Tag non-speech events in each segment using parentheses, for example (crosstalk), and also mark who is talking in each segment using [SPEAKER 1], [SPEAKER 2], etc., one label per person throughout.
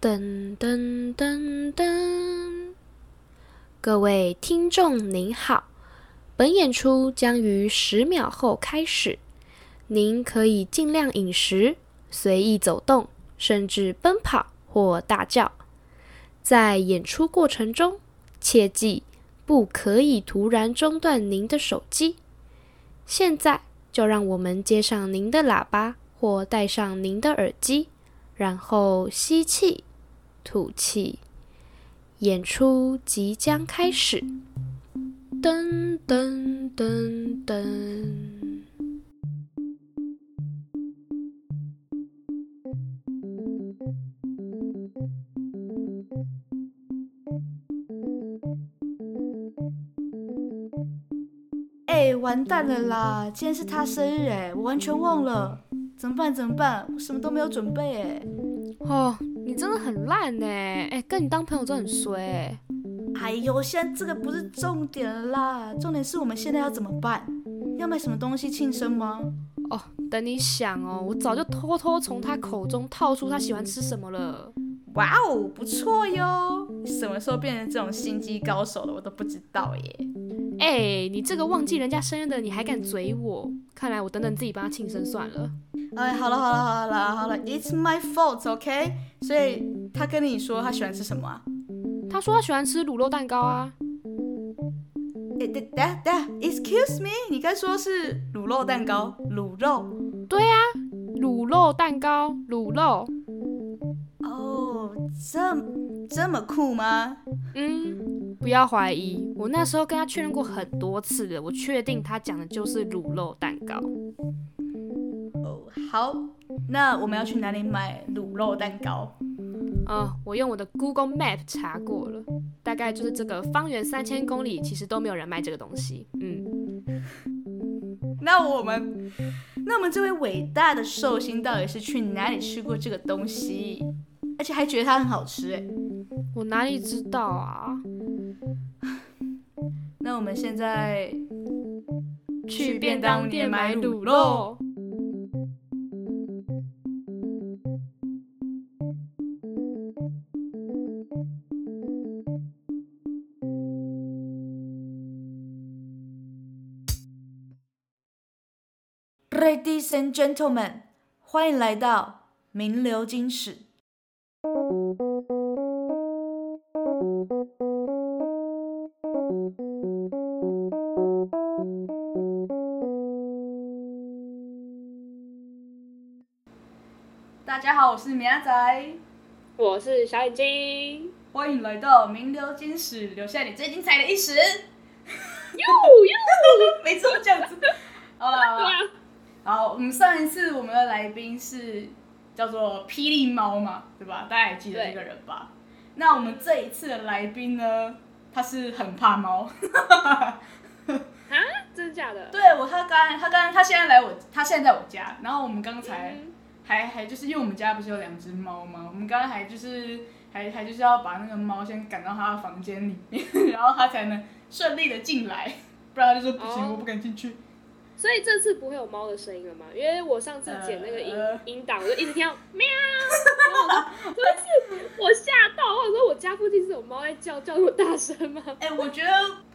[SPEAKER 1] 噔噔噔噔！各位听众您好，本演出将于十秒后开始，您可以尽量饮食、随意走动，甚至奔跑或大叫。在演出过程中，切记不可以突然中断您的手机。现在就让我们接上您的喇叭或戴上您的耳机，然后吸气。吐气。演出即将开始。噔噔噔噔。
[SPEAKER 2] 哎、完蛋了啦！今天是他生日哎、我完全忘了，怎么办？怎么办？我什么都没有准备哎、
[SPEAKER 1] 哦，你真的很烂呢！哎，跟你当朋友真的很衰欸。
[SPEAKER 2] 哎呦，现在这个不是重点了啦，重点是我们现在要怎么办？要买什么东西庆生吗？
[SPEAKER 1] 哦，等你想哦，我早就偷偷从他口中套出他喜欢吃什么了。
[SPEAKER 2] 哇哦，不错哟！你什么时候变成这种心机高手了？我都不知道耶。
[SPEAKER 1] 哎，你这个忘记人家生日的，你还敢嘴我？看来我等等自己帮他庆生算了。
[SPEAKER 2] 哎，好了好了好了好了好了，It's my fault，OK？、所以他跟你说他喜欢吃什么啊？
[SPEAKER 1] 他说他喜欢吃卤肉蛋糕啊。
[SPEAKER 2] 哎，等等等，Excuse me，你该说是卤肉蛋糕，卤肉。
[SPEAKER 1] 对啊，卤肉蛋糕，卤肉。
[SPEAKER 2] 哦，这这么酷吗？
[SPEAKER 1] 嗯，不要怀疑，我那时候跟他确认过很多次了，我确定他讲的就是卤肉蛋糕。
[SPEAKER 2] 哦，好，那我们要去哪里买卤肉蛋糕？
[SPEAKER 1] 啊、我用我的 Google Map 查过了，大概就是这个方圆三千公里，其实都没有人卖这个东西。嗯，
[SPEAKER 2] 那我们，那我们这位伟大的寿星到底是去哪里吃过这个东西？而且还觉得它很好吃哎。
[SPEAKER 1] 我哪里知道啊？
[SPEAKER 2] 那我们现在去便当
[SPEAKER 1] 当
[SPEAKER 2] 店买卤肉。
[SPEAKER 1] 肉。
[SPEAKER 2] Ladies and gentlemen，欢迎来到名流金史。大家好，我是米亚仔，
[SPEAKER 1] 我是小眼睛。
[SPEAKER 2] 欢迎来到名流金史，留下你最精彩的一时。 (laughs) 每次都这样子。好了，好啦好，我们上一次我们的来宾是叫做霹雳猫嘛，对吧？大家还记得
[SPEAKER 1] 对
[SPEAKER 2] 这个人吧？那我们这一次的来宾呢，他是很怕猫。
[SPEAKER 1] 啊，真的假的？
[SPEAKER 2] 对我，他刚才他刚才他现在来我，他现在在我家，然后我们刚才
[SPEAKER 3] 嗯
[SPEAKER 2] 还还就是因为我们家不是有两只猫吗？我们刚才还就是还还就是要把那个猫先赶到他的房间里面，然后他才能顺利的进来，不然他就说不行，
[SPEAKER 3] 哦
[SPEAKER 2] 我不敢进
[SPEAKER 3] (laughs)
[SPEAKER 2] 去。
[SPEAKER 3] 所以这次不会有猫的声音了吗？因为我上次剪那个音、
[SPEAKER 2] 呃
[SPEAKER 3] 音档，我就一直听到喵，然后我说真的是我吓到，我想说我家附近是有猫在叫，叫那么大声吗？ (laughs)
[SPEAKER 2] 哎、我 (laughs) 觉得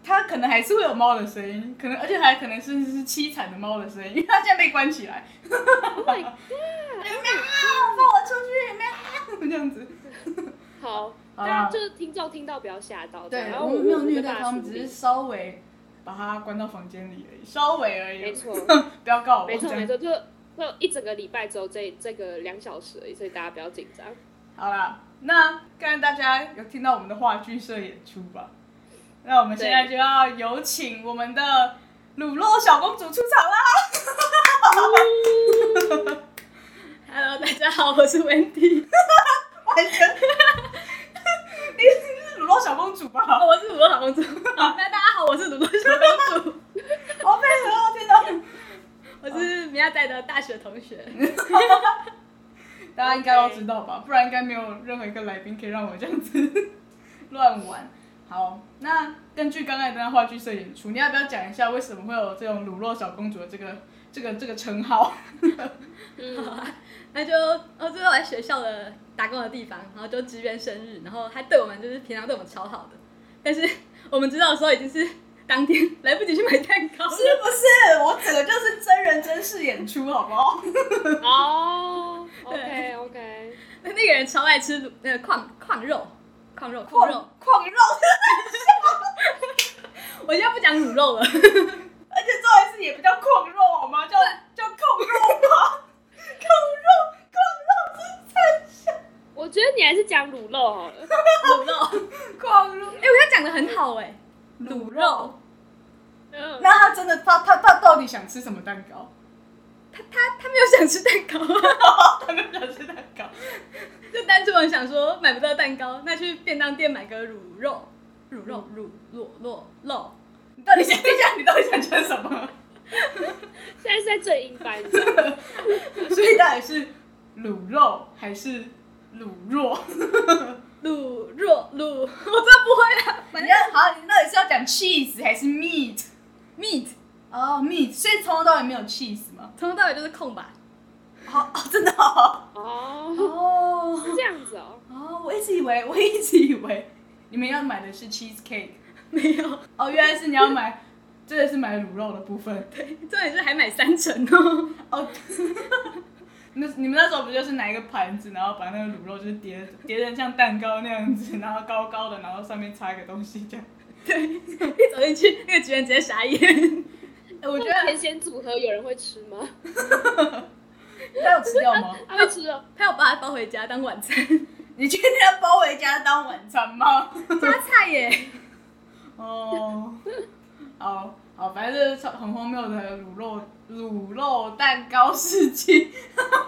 [SPEAKER 2] 它可能还是会有猫的声音，可能而且还可能是是凄惨的猫的声音，因为它现在被关起来。哎
[SPEAKER 3] Oh
[SPEAKER 2] (laughs)
[SPEAKER 3] my god！
[SPEAKER 2] 喵，放我出去！喵，这样子。
[SPEAKER 3] 好，
[SPEAKER 2] 好
[SPEAKER 3] 大
[SPEAKER 2] 啦
[SPEAKER 3] 家就是听众听到不要吓到，
[SPEAKER 2] 对，
[SPEAKER 3] 然
[SPEAKER 2] 我
[SPEAKER 3] 后
[SPEAKER 2] 们
[SPEAKER 3] 我
[SPEAKER 2] 没有虐待
[SPEAKER 3] 办
[SPEAKER 2] 它
[SPEAKER 3] 法
[SPEAKER 2] 们，
[SPEAKER 3] 处
[SPEAKER 2] 只
[SPEAKER 3] 理
[SPEAKER 2] 是稍微把它关到房间里而已，稍微而已。
[SPEAKER 3] 没错，
[SPEAKER 2] 不要 (laughs) 告我。
[SPEAKER 3] 没错，
[SPEAKER 2] 这样
[SPEAKER 3] 没。错，就就一整个礼拜只有这这个两小时而已，所以大家不要紧张。
[SPEAKER 2] 好啦，那刚才大家有听到我们的话剧社演出吧？那我们现在就要有请我们的卤肉小公主出场啦！
[SPEAKER 4] Hello，大家好，我是
[SPEAKER 2] (laughs)
[SPEAKER 4] Wendy，
[SPEAKER 2] 完全，你你是卤肉小公主吧？
[SPEAKER 4] 哦我是卤肉小公主。 (laughs) 好，那大家好，我是卤肉小 (laughs) 公主，
[SPEAKER 2] 好配合哦，天哪！
[SPEAKER 4] 我是米亚仔的大学同学。
[SPEAKER 2] 大家应该都知道吧，不然应该没有任何一个来宾可以让我这样子 (laughs) 乱玩。好，那根据刚才的那话剧社演出，你要不要讲一下为什么会有这种乳酪小公主的这个这个这个称号。
[SPEAKER 3] 嗯，
[SPEAKER 4] 那就我最后来学校的打工的地方，然后就支援生日，然后他对我们就是平常对我们超好的，但是我们知道的时候已经是当天来不及去买蛋糕
[SPEAKER 2] (laughs)
[SPEAKER 4] 了，
[SPEAKER 2] 是不是？我整个就是真人真事演出，好不 (laughs) 好？ (laughs)
[SPEAKER 3] 哦，OK OK，
[SPEAKER 4] 那那个人超爱吃卤那个矿矿肉，矿肉矿
[SPEAKER 2] 矿
[SPEAKER 4] 肉，
[SPEAKER 2] 矿肉， (laughs)
[SPEAKER 4] 我现在不讲卤肉 (laughs) 了，
[SPEAKER 2] 而
[SPEAKER 4] 哎
[SPEAKER 2] 且这一次也不叫矿肉好吗？叫叫控肉吗？ (laughs)
[SPEAKER 3] 我觉得你还是讲卤肉好了。
[SPEAKER 4] 卤肉。
[SPEAKER 2] 控 (laughs) 肉，控
[SPEAKER 4] 哎、
[SPEAKER 2] 肉，
[SPEAKER 4] 我觉得讲的很好哎、
[SPEAKER 2] 卤
[SPEAKER 4] 卤
[SPEAKER 2] 肉
[SPEAKER 4] 肉。
[SPEAKER 3] 嗯，
[SPEAKER 2] 那他真的，他他他到底想吃什么蛋糕？
[SPEAKER 4] 他他他没有想吃蛋糕，啊
[SPEAKER 2] 他没有想吃蛋糕，
[SPEAKER 4] 就单纯想说买不到蛋糕，那去便当店买个卤肉，卤肉卤卤肉肉。
[SPEAKER 2] 你到底想等一下，你到底想吃什么？
[SPEAKER 3] 现在是在最硬掰，你知道吗
[SPEAKER 2] (laughs) 所以到底是卤肉还是卤弱？
[SPEAKER 4] 卤肉卤，我真的不会啦。
[SPEAKER 2] 你要好，你到底是要讲 cheese 还是 meat？
[SPEAKER 4] meat
[SPEAKER 2] 哦、m e a t 所以从头到尾没有 cheese 吗？
[SPEAKER 4] 从头到尾就是空白，
[SPEAKER 2] 好、哦，真的哦。
[SPEAKER 3] 哦，
[SPEAKER 2] 哦
[SPEAKER 3] 是这样子哦。
[SPEAKER 2] 哦，我一直以为，我一直以为你们要买的是 cheese (laughs) cake。
[SPEAKER 4] 没有。
[SPEAKER 2] 哦，原来是你要买，真的是买卤肉的部分。
[SPEAKER 4] 重点是还买三层哦。
[SPEAKER 2] 哦， (laughs) 那你们那时候不就是拿一个盘子，然后把那个卤肉就是叠叠成像蛋糕那样子，然后高高的，然后上面插一个东西这样。
[SPEAKER 4] 对，一走进去，那个职员直接傻眼。
[SPEAKER 2] 哎我
[SPEAKER 3] 我
[SPEAKER 2] 觉得
[SPEAKER 3] 甜咸组合有人会吃吗？
[SPEAKER 2] (laughs) 他有吃掉吗？
[SPEAKER 3] 他会吃哦。
[SPEAKER 4] 他要把它包回家当晚餐，
[SPEAKER 2] (laughs) 你确定要包回家当晚餐吗？
[SPEAKER 4] 加菜耶。
[SPEAKER 2] 哦，好好，反正这是很荒谬的卤肉卤肉蛋糕事情。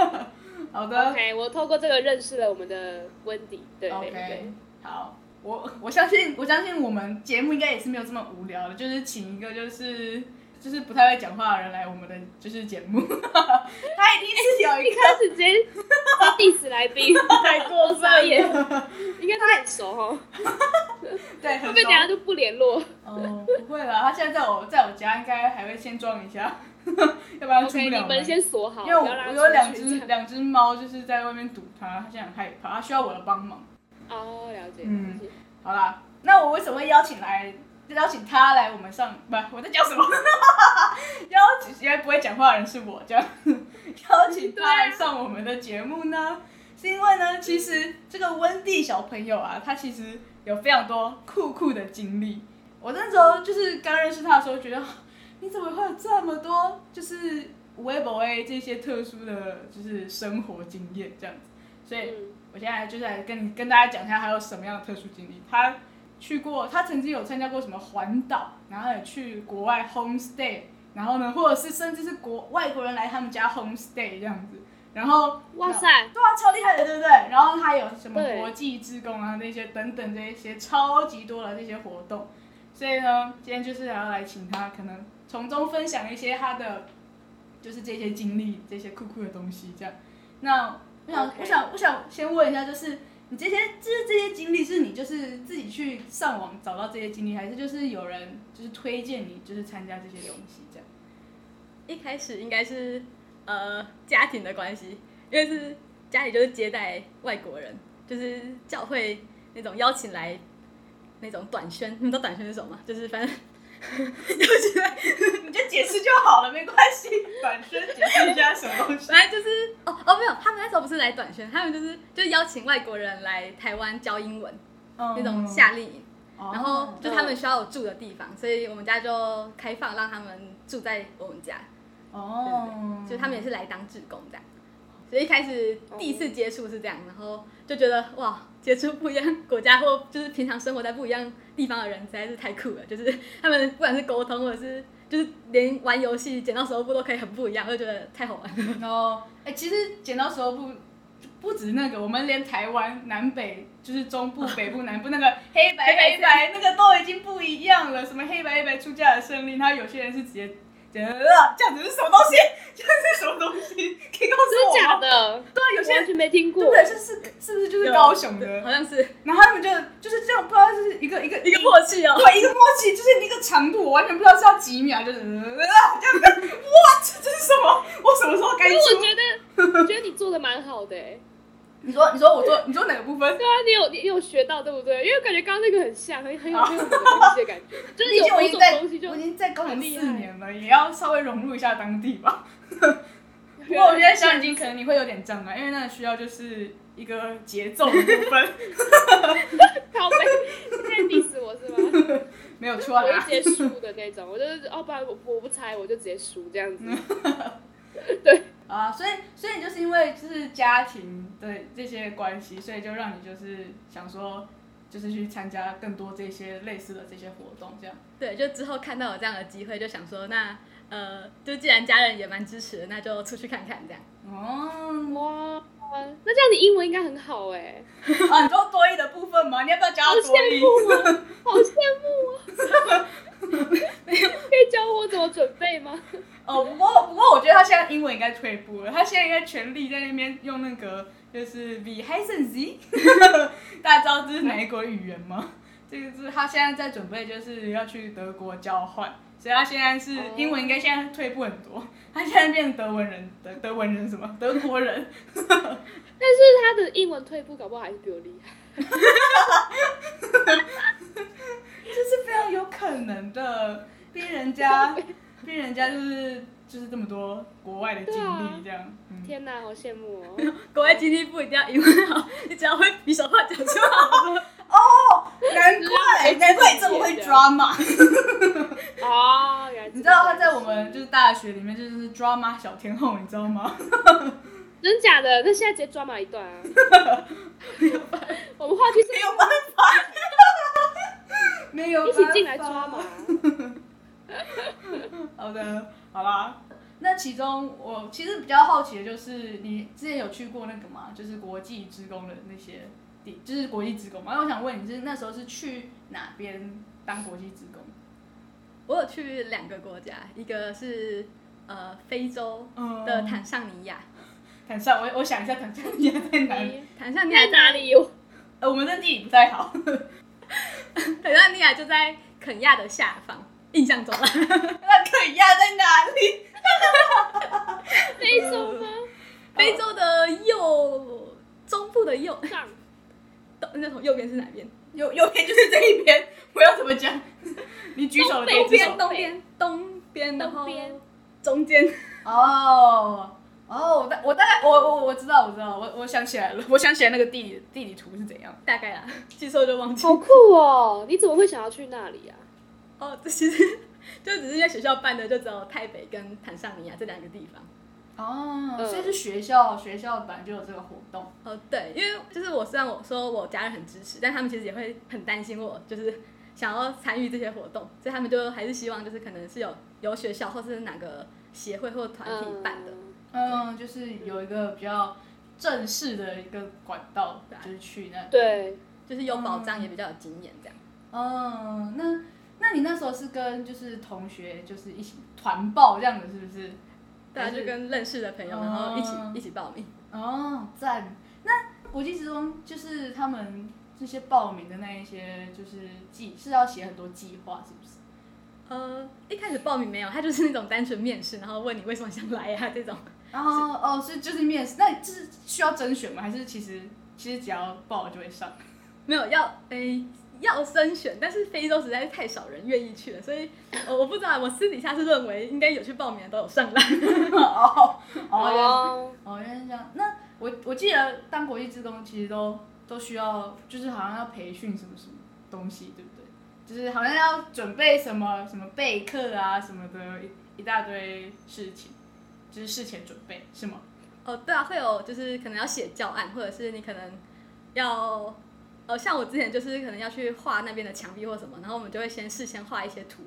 [SPEAKER 2] (laughs) 好的
[SPEAKER 3] OK，我透过这个认识了我们的温迪。对对对
[SPEAKER 2] OK，好，我 (laughs) 我相信我相信我们节目应该也是没有这么无聊的，就是请一个就是就是不太会讲话的人来我们的就是节目， (laughs) 他一定是有一
[SPEAKER 3] (laughs) 一
[SPEAKER 2] 个
[SPEAKER 3] 开始直接 diss 来
[SPEAKER 2] (laughs)
[SPEAKER 3] 宾，
[SPEAKER 2] 太过
[SPEAKER 3] 傻
[SPEAKER 2] 分
[SPEAKER 3] 眼
[SPEAKER 2] 了，
[SPEAKER 3] 应该他很熟哦， (laughs)
[SPEAKER 2] 对，
[SPEAKER 3] 会
[SPEAKER 2] 很
[SPEAKER 3] 不会
[SPEAKER 2] 熟
[SPEAKER 3] 等下就不联络
[SPEAKER 2] 哦，不会啦，他现在在我在我家应该还会先装一下， (laughs) 要不然出不
[SPEAKER 3] ？OK，
[SPEAKER 2] 了
[SPEAKER 3] 你
[SPEAKER 2] 门
[SPEAKER 3] 们。先锁好，
[SPEAKER 2] 因
[SPEAKER 3] 不
[SPEAKER 2] 为我
[SPEAKER 3] 要让他
[SPEAKER 2] 我有两
[SPEAKER 3] 出去
[SPEAKER 2] 只
[SPEAKER 3] 这样
[SPEAKER 2] 两只猫，就是在外面堵它，它现在很害怕，它需要我的帮忙。
[SPEAKER 3] 哦，了解，
[SPEAKER 2] 嗯
[SPEAKER 3] 了解。
[SPEAKER 2] 好啦，那我为什么会邀请来邀请他来我们上？不，我在讲什么？ (laughs) 邀请原来不会讲话的人是我，这样 (laughs) 邀请他来上我们的节目呢？是因为呢，其实这个温蒂小朋友啊，他其实有非常多酷酷的经历。我那时候就是刚认识他的时候，觉得 (laughs) 啊你怎么会有这么多就是无微不微这些特殊的就是生活经验这样子，所以
[SPEAKER 3] 嗯，
[SPEAKER 2] 我现在就是来跟你跟大家讲一下他有什么样的特殊经历。他去过，他曾经有参加过什么环岛，然后也去国外 homestay，然后呢，或者是甚至是国外国人来他们家 homestay 这样子。然后，
[SPEAKER 3] 哇塞，
[SPEAKER 2] 对啊，超厉害的，对不对？然后他有什么
[SPEAKER 3] 对
[SPEAKER 2] 国际志工啊，那些等等这一些超级多的这些活动。所以呢，今天就是想要来请他，可能从中分享一些他的，就是这些经历，这些酷酷的东西，这样。那我想
[SPEAKER 3] OK
[SPEAKER 2] 我想，我想先问一下，就是你这些，就是这些经历，是你就是自己去上网找到这些经历，还是就是有人就是推荐你，就是参加这些东西这样？
[SPEAKER 4] (laughs) 一开始应该是呃家庭的关系，因为是家里就是接待外国人，就是教会那种邀请来那种短宣，你们知道短宣是什么吗？就是反正 (laughs) 邀请来，
[SPEAKER 2] 你就解释就好了，没关系。反身解释一下什么东西？
[SPEAKER 4] 反正就是哦哦没有，他们那时候不是来短宣，他们就是就邀请外国人来台湾教英文那
[SPEAKER 2] 那
[SPEAKER 4] 种夏令营，
[SPEAKER 2] 然
[SPEAKER 4] 然后就他们需要有住的地方，所以我们家就开放让他们住在我们家。
[SPEAKER 2] 哦，
[SPEAKER 4] 就他们也是来当志工这样。所以一开始第一次接触是这样，然后就觉得哇，接触不一样国家或就是平常生活在不一样地方的人实在是太酷了，就是他们不管是沟通或者是就是连玩游戏、剪刀石头布都可以很不一样，我就觉得太好玩了。
[SPEAKER 2] 然后，哎、其实剪刀石头布不止那个，我们连台湾南北就是中部、北部、南部那个 (laughs) 黑白黑白那个都已经不一样了。什么黑白黑白出嫁的胜利，他有些人是直接呃这样子是什么东西？这样是什么东西？可以告诉
[SPEAKER 3] 真
[SPEAKER 2] 我
[SPEAKER 3] 假
[SPEAKER 2] 吗？
[SPEAKER 3] 的？
[SPEAKER 2] 对，啊有些
[SPEAKER 3] 完
[SPEAKER 2] 人
[SPEAKER 3] 全没听过
[SPEAKER 2] 对不。对？就是是不是就是高雄的
[SPEAKER 4] 好？像是
[SPEAKER 2] 然后他们就就是这样，不知道就是一个一个
[SPEAKER 4] 一个默契哦。
[SPEAKER 2] (laughs) 对，一个默契就是一个长度，我完全不知道是要几秒，就是、 (laughs) 呃、这样子。哇，这这是什么？我什么时候该
[SPEAKER 3] 可是我
[SPEAKER 2] 出？
[SPEAKER 3] 觉得，我觉得你做的蛮好的、欸。
[SPEAKER 2] 你说，你说我做，你说哪个部分？
[SPEAKER 3] 对啊，你有你有学到对不对？因为感觉刚刚那个很像，很很有很有东西的感觉，就是
[SPEAKER 2] 毕
[SPEAKER 3] 有
[SPEAKER 2] 竟我
[SPEAKER 3] 某
[SPEAKER 2] 已经
[SPEAKER 3] 种
[SPEAKER 2] 在，
[SPEAKER 3] 东西就
[SPEAKER 2] 我已经在高雄
[SPEAKER 3] 很厉
[SPEAKER 2] 四
[SPEAKER 3] 害
[SPEAKER 2] 年了，也要稍微融入一下当地
[SPEAKER 3] (laughs)
[SPEAKER 2] 吧。不 (laughs)
[SPEAKER 3] 不
[SPEAKER 2] 过我觉得
[SPEAKER 3] 啊
[SPEAKER 2] 小眼睛可能你会有点障碍，因为那个需要就是一个节奏的部分，
[SPEAKER 3] (laughs) 靠背，你在 diss 我
[SPEAKER 2] (laughs)
[SPEAKER 3] 是吗？
[SPEAKER 2] 没有错
[SPEAKER 3] 我就
[SPEAKER 2] 啦
[SPEAKER 3] 直。接输的那种，我就是哦，不然我我不猜，我就直接输这样子。
[SPEAKER 2] 嗯
[SPEAKER 3] 对，
[SPEAKER 2] 啊，所以所以就是因为就是家庭的这些关系，所以就让你就是想说，就是去参加更多这些类似的这些活动，这样。
[SPEAKER 4] (laughs) 对，就之后看到有这样的机会，就想说那呃，就既然家人也蛮支持的，那就出去看看这样。
[SPEAKER 2] 哦，
[SPEAKER 3] 哇，那这样你英文应该很好哎、
[SPEAKER 2] 啊，你说多一的部分吗？你要不要教
[SPEAKER 3] 好
[SPEAKER 2] 他多
[SPEAKER 3] 羡
[SPEAKER 2] 一？
[SPEAKER 3] 慕啊，好羡慕啊！
[SPEAKER 2] (laughs)
[SPEAKER 3] (laughs) 可以教我怎么准备吗？
[SPEAKER 2] 哦，不过不过我觉得他现在英文应该退步了，他现在应该全力在那边用那个就是 V h y s e n Z，大家知道这是哪一国语言吗？这个是他现在在准备，就是要去德国交换，所以他现在是、
[SPEAKER 3] 哦
[SPEAKER 2] 英文应该现在退步很多，他现在变德文人，德德文人什么德国人，
[SPEAKER 3] 但是他的英文退步，搞不好还是比我厉害。
[SPEAKER 2] 这是非常有可能的，逼人家逼人家就是就是这么多国外的经
[SPEAKER 3] 啊
[SPEAKER 2] 历这样，嗯。
[SPEAKER 3] 天哪，好羡慕 (laughs) 哦！
[SPEAKER 4] 国外经济不一定要英文好，你只要会比手画脚就好 (laughs) 了。
[SPEAKER 3] (laughs)
[SPEAKER 2] 难怪，难怪你这么会 drama。
[SPEAKER 3] 啊、原来
[SPEAKER 2] 你知道他在我们就是大学里面就是 drama 小天后，你知道
[SPEAKER 3] (laughs)
[SPEAKER 2] 吗？
[SPEAKER 3] 真假的？那现在直接抓马一段
[SPEAKER 2] (laughs)
[SPEAKER 3] 啊！我们话题是
[SPEAKER 2] 没有办法，没有
[SPEAKER 3] 一起进来抓马。。
[SPEAKER 2] (laughs) 好的，好啦。那其中我其实比较好奇的就是，你之前有去过那个吗？就是国际职工的那些地，就是国际职工嘛。那我想问你是那时候是去哪边当国际职工？
[SPEAKER 4] 我有去两个国家，一个是呃非洲
[SPEAKER 2] 嗯
[SPEAKER 4] 的坦尚尼亚，
[SPEAKER 2] 坦桑，我我想一下坦桑尼亚在哪里？
[SPEAKER 3] 你
[SPEAKER 4] 坦尚尼亚
[SPEAKER 3] 在哪里？我
[SPEAKER 2] 呃，我们的地理不太好。 (laughs)
[SPEAKER 4] 坦尚尼亚就在肯亚的下方，印象中啊。
[SPEAKER 2] 哦那肯亚在哪里？ (laughs)
[SPEAKER 3] 非洲吗？
[SPEAKER 4] 非洲的右中部的右，
[SPEAKER 3] 上
[SPEAKER 4] 东那从右边是哪边？
[SPEAKER 2] 右右边就是这一边，我要怎么讲？ (laughs) 你举手的这一
[SPEAKER 4] 东
[SPEAKER 2] 只
[SPEAKER 4] 边，
[SPEAKER 2] 手。
[SPEAKER 4] 东边，东边，然
[SPEAKER 3] 东
[SPEAKER 4] 后
[SPEAKER 3] 边
[SPEAKER 4] 中间。
[SPEAKER 2] 哦哦，我大我大概我我我知道我知道，我我想起来了， (laughs) 我想起来那个地理地理图是怎样。
[SPEAKER 4] 大概啦， (laughs) 记错就忘记。
[SPEAKER 3] 好酷哦！你怎么会想要去那里啊？
[SPEAKER 4] 哦， (laughs) 这其实就只是因为学校办的，就只有台北跟坦尚尼亚这两个地方。
[SPEAKER 2] 哦
[SPEAKER 3] 嗯
[SPEAKER 2] 所以是学校学校本来就有这个活动。
[SPEAKER 4] 哦，对，因为就是我虽然我说我家人很支持，但他们其实也会很担心我，就是想要参与这些活动，所以他们就还是希望就是可能是有由学校或是哪个协会或团体办的。
[SPEAKER 3] 嗯
[SPEAKER 2] 嗯，就是有一个比较正式的一个管道
[SPEAKER 4] 对，
[SPEAKER 2] 就是去那。
[SPEAKER 3] 对，
[SPEAKER 4] 就是有保障，也比较有经验，这样。
[SPEAKER 2] 嗯，那那你那时候是跟就是同学就是一起团报这样的，是不是？
[SPEAKER 4] 对啊，
[SPEAKER 2] 还是
[SPEAKER 4] 就跟认识的朋友，然后一起
[SPEAKER 2] 哦
[SPEAKER 3] 嗯
[SPEAKER 4] 一起报名。
[SPEAKER 2] 哦，赞！那国际职工就是他们这些报名的那一些，就是计是要写很多计划，是不是？
[SPEAKER 4] 呃，一开始报名没有，他就是那种单纯面试，然后问你为什么想来呀、这种。
[SPEAKER 2] 然后哦，所以就是面试，那这是需要甄选吗？还是其实其实只要报了就会上？
[SPEAKER 4] 没有要诶、要甄选，但是非洲实在是太少人愿意去了，所以 (laughs) 呃我不知道，我私底下是认为应该有去报名的都有上来。
[SPEAKER 2] (laughs) 哦哦原来
[SPEAKER 3] 哦，
[SPEAKER 2] 哦，原来是这样。那我我记得当国际职工其实都都需要，就是好像要培训什么什么东西，对不对？就是好像要准备什么什么备课啊什么的一一大堆事情，就是事前准备是吗？
[SPEAKER 4] 哦，对啊，会有就是可能要写教案，或者是你可能要。呃，像我之前就是可能要去画那边的墙壁或什么，然后我们就会先事先画一些图，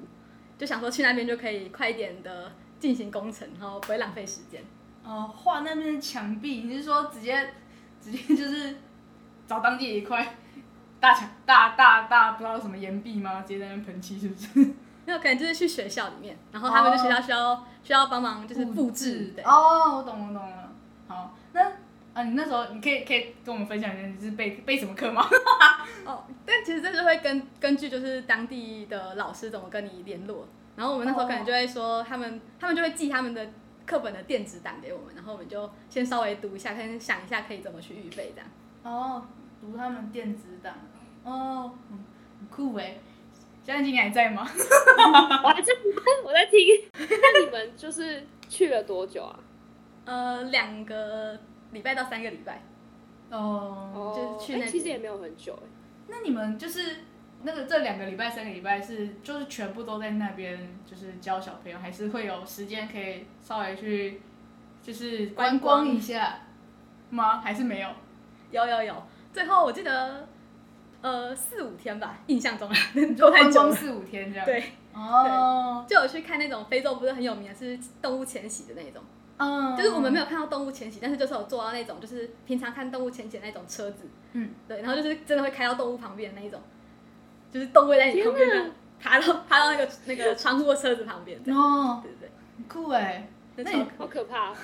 [SPEAKER 4] 就想说去那边就可以快一点的进行工程，然后不会浪费时间。
[SPEAKER 2] 哦，画那边的墙壁，你是说直接直接就是找当地的一块大墙大大大不知道什么岩壁吗？直接在那边喷漆是不是？
[SPEAKER 4] 那可能就是去学校里面，然后他们就学校需要、需要帮忙，就是布置，对，
[SPEAKER 2] 哦，我懂，我懂了。好，那啊，你那时候你可以可以跟我们分享一下，你是备备什么课吗？ (laughs)
[SPEAKER 4] 哦，但其实这是会根根据就是当地的老师怎么跟你联络，然后我们那时候可能就会说他们，他们就会寄他们的课本的电子档给我们，然后我们就先稍微读一下，先想一下可以怎么去预备这样。
[SPEAKER 2] 哦，读他们电子档。哦，嗯很酷哎。现在今年还在吗？
[SPEAKER 3] 我还在我在听。 (laughs) 那你们就是去了多久
[SPEAKER 2] (laughs)
[SPEAKER 3] 啊？
[SPEAKER 4] 呃，两个礼拜到三个礼拜，
[SPEAKER 2] 哦，
[SPEAKER 4] 就是去
[SPEAKER 3] 哎
[SPEAKER 4] 那
[SPEAKER 3] 其实也没有很久哎、
[SPEAKER 2] 那你们就是那个这两个礼拜、三个礼拜是就是全部都在那边就是教小朋友，还是会有时间可以稍微去就是观光一下吗？还是没有？
[SPEAKER 4] 有有有，最后我记得呃四五天吧，印象中啊， (laughs) 都太久
[SPEAKER 2] 观光
[SPEAKER 4] 了。
[SPEAKER 2] 四五天这样。
[SPEAKER 4] 对，
[SPEAKER 2] 哦，
[SPEAKER 4] 就有去看那种非洲不是很有名的是动物迁徙的那种，
[SPEAKER 2] 嗯，
[SPEAKER 4] 就是我们没有看到动物迁徙，但是就是有坐到那种就是平常看动物迁徙的那种车子，
[SPEAKER 2] 嗯，
[SPEAKER 4] 对，然后就是真的会开到动物旁边的那一种，就是动物会在你旁边
[SPEAKER 3] 天
[SPEAKER 4] 的
[SPEAKER 3] 哪，
[SPEAKER 4] 爬到爬到那个那个窗户或车子旁边这样，
[SPEAKER 2] 哦，
[SPEAKER 4] 对对
[SPEAKER 2] 很酷
[SPEAKER 4] (laughs)
[SPEAKER 2] 哎。
[SPEAKER 4] 对，
[SPEAKER 2] 那
[SPEAKER 4] 超
[SPEAKER 2] (laughs) 你
[SPEAKER 3] 好可怕、哦。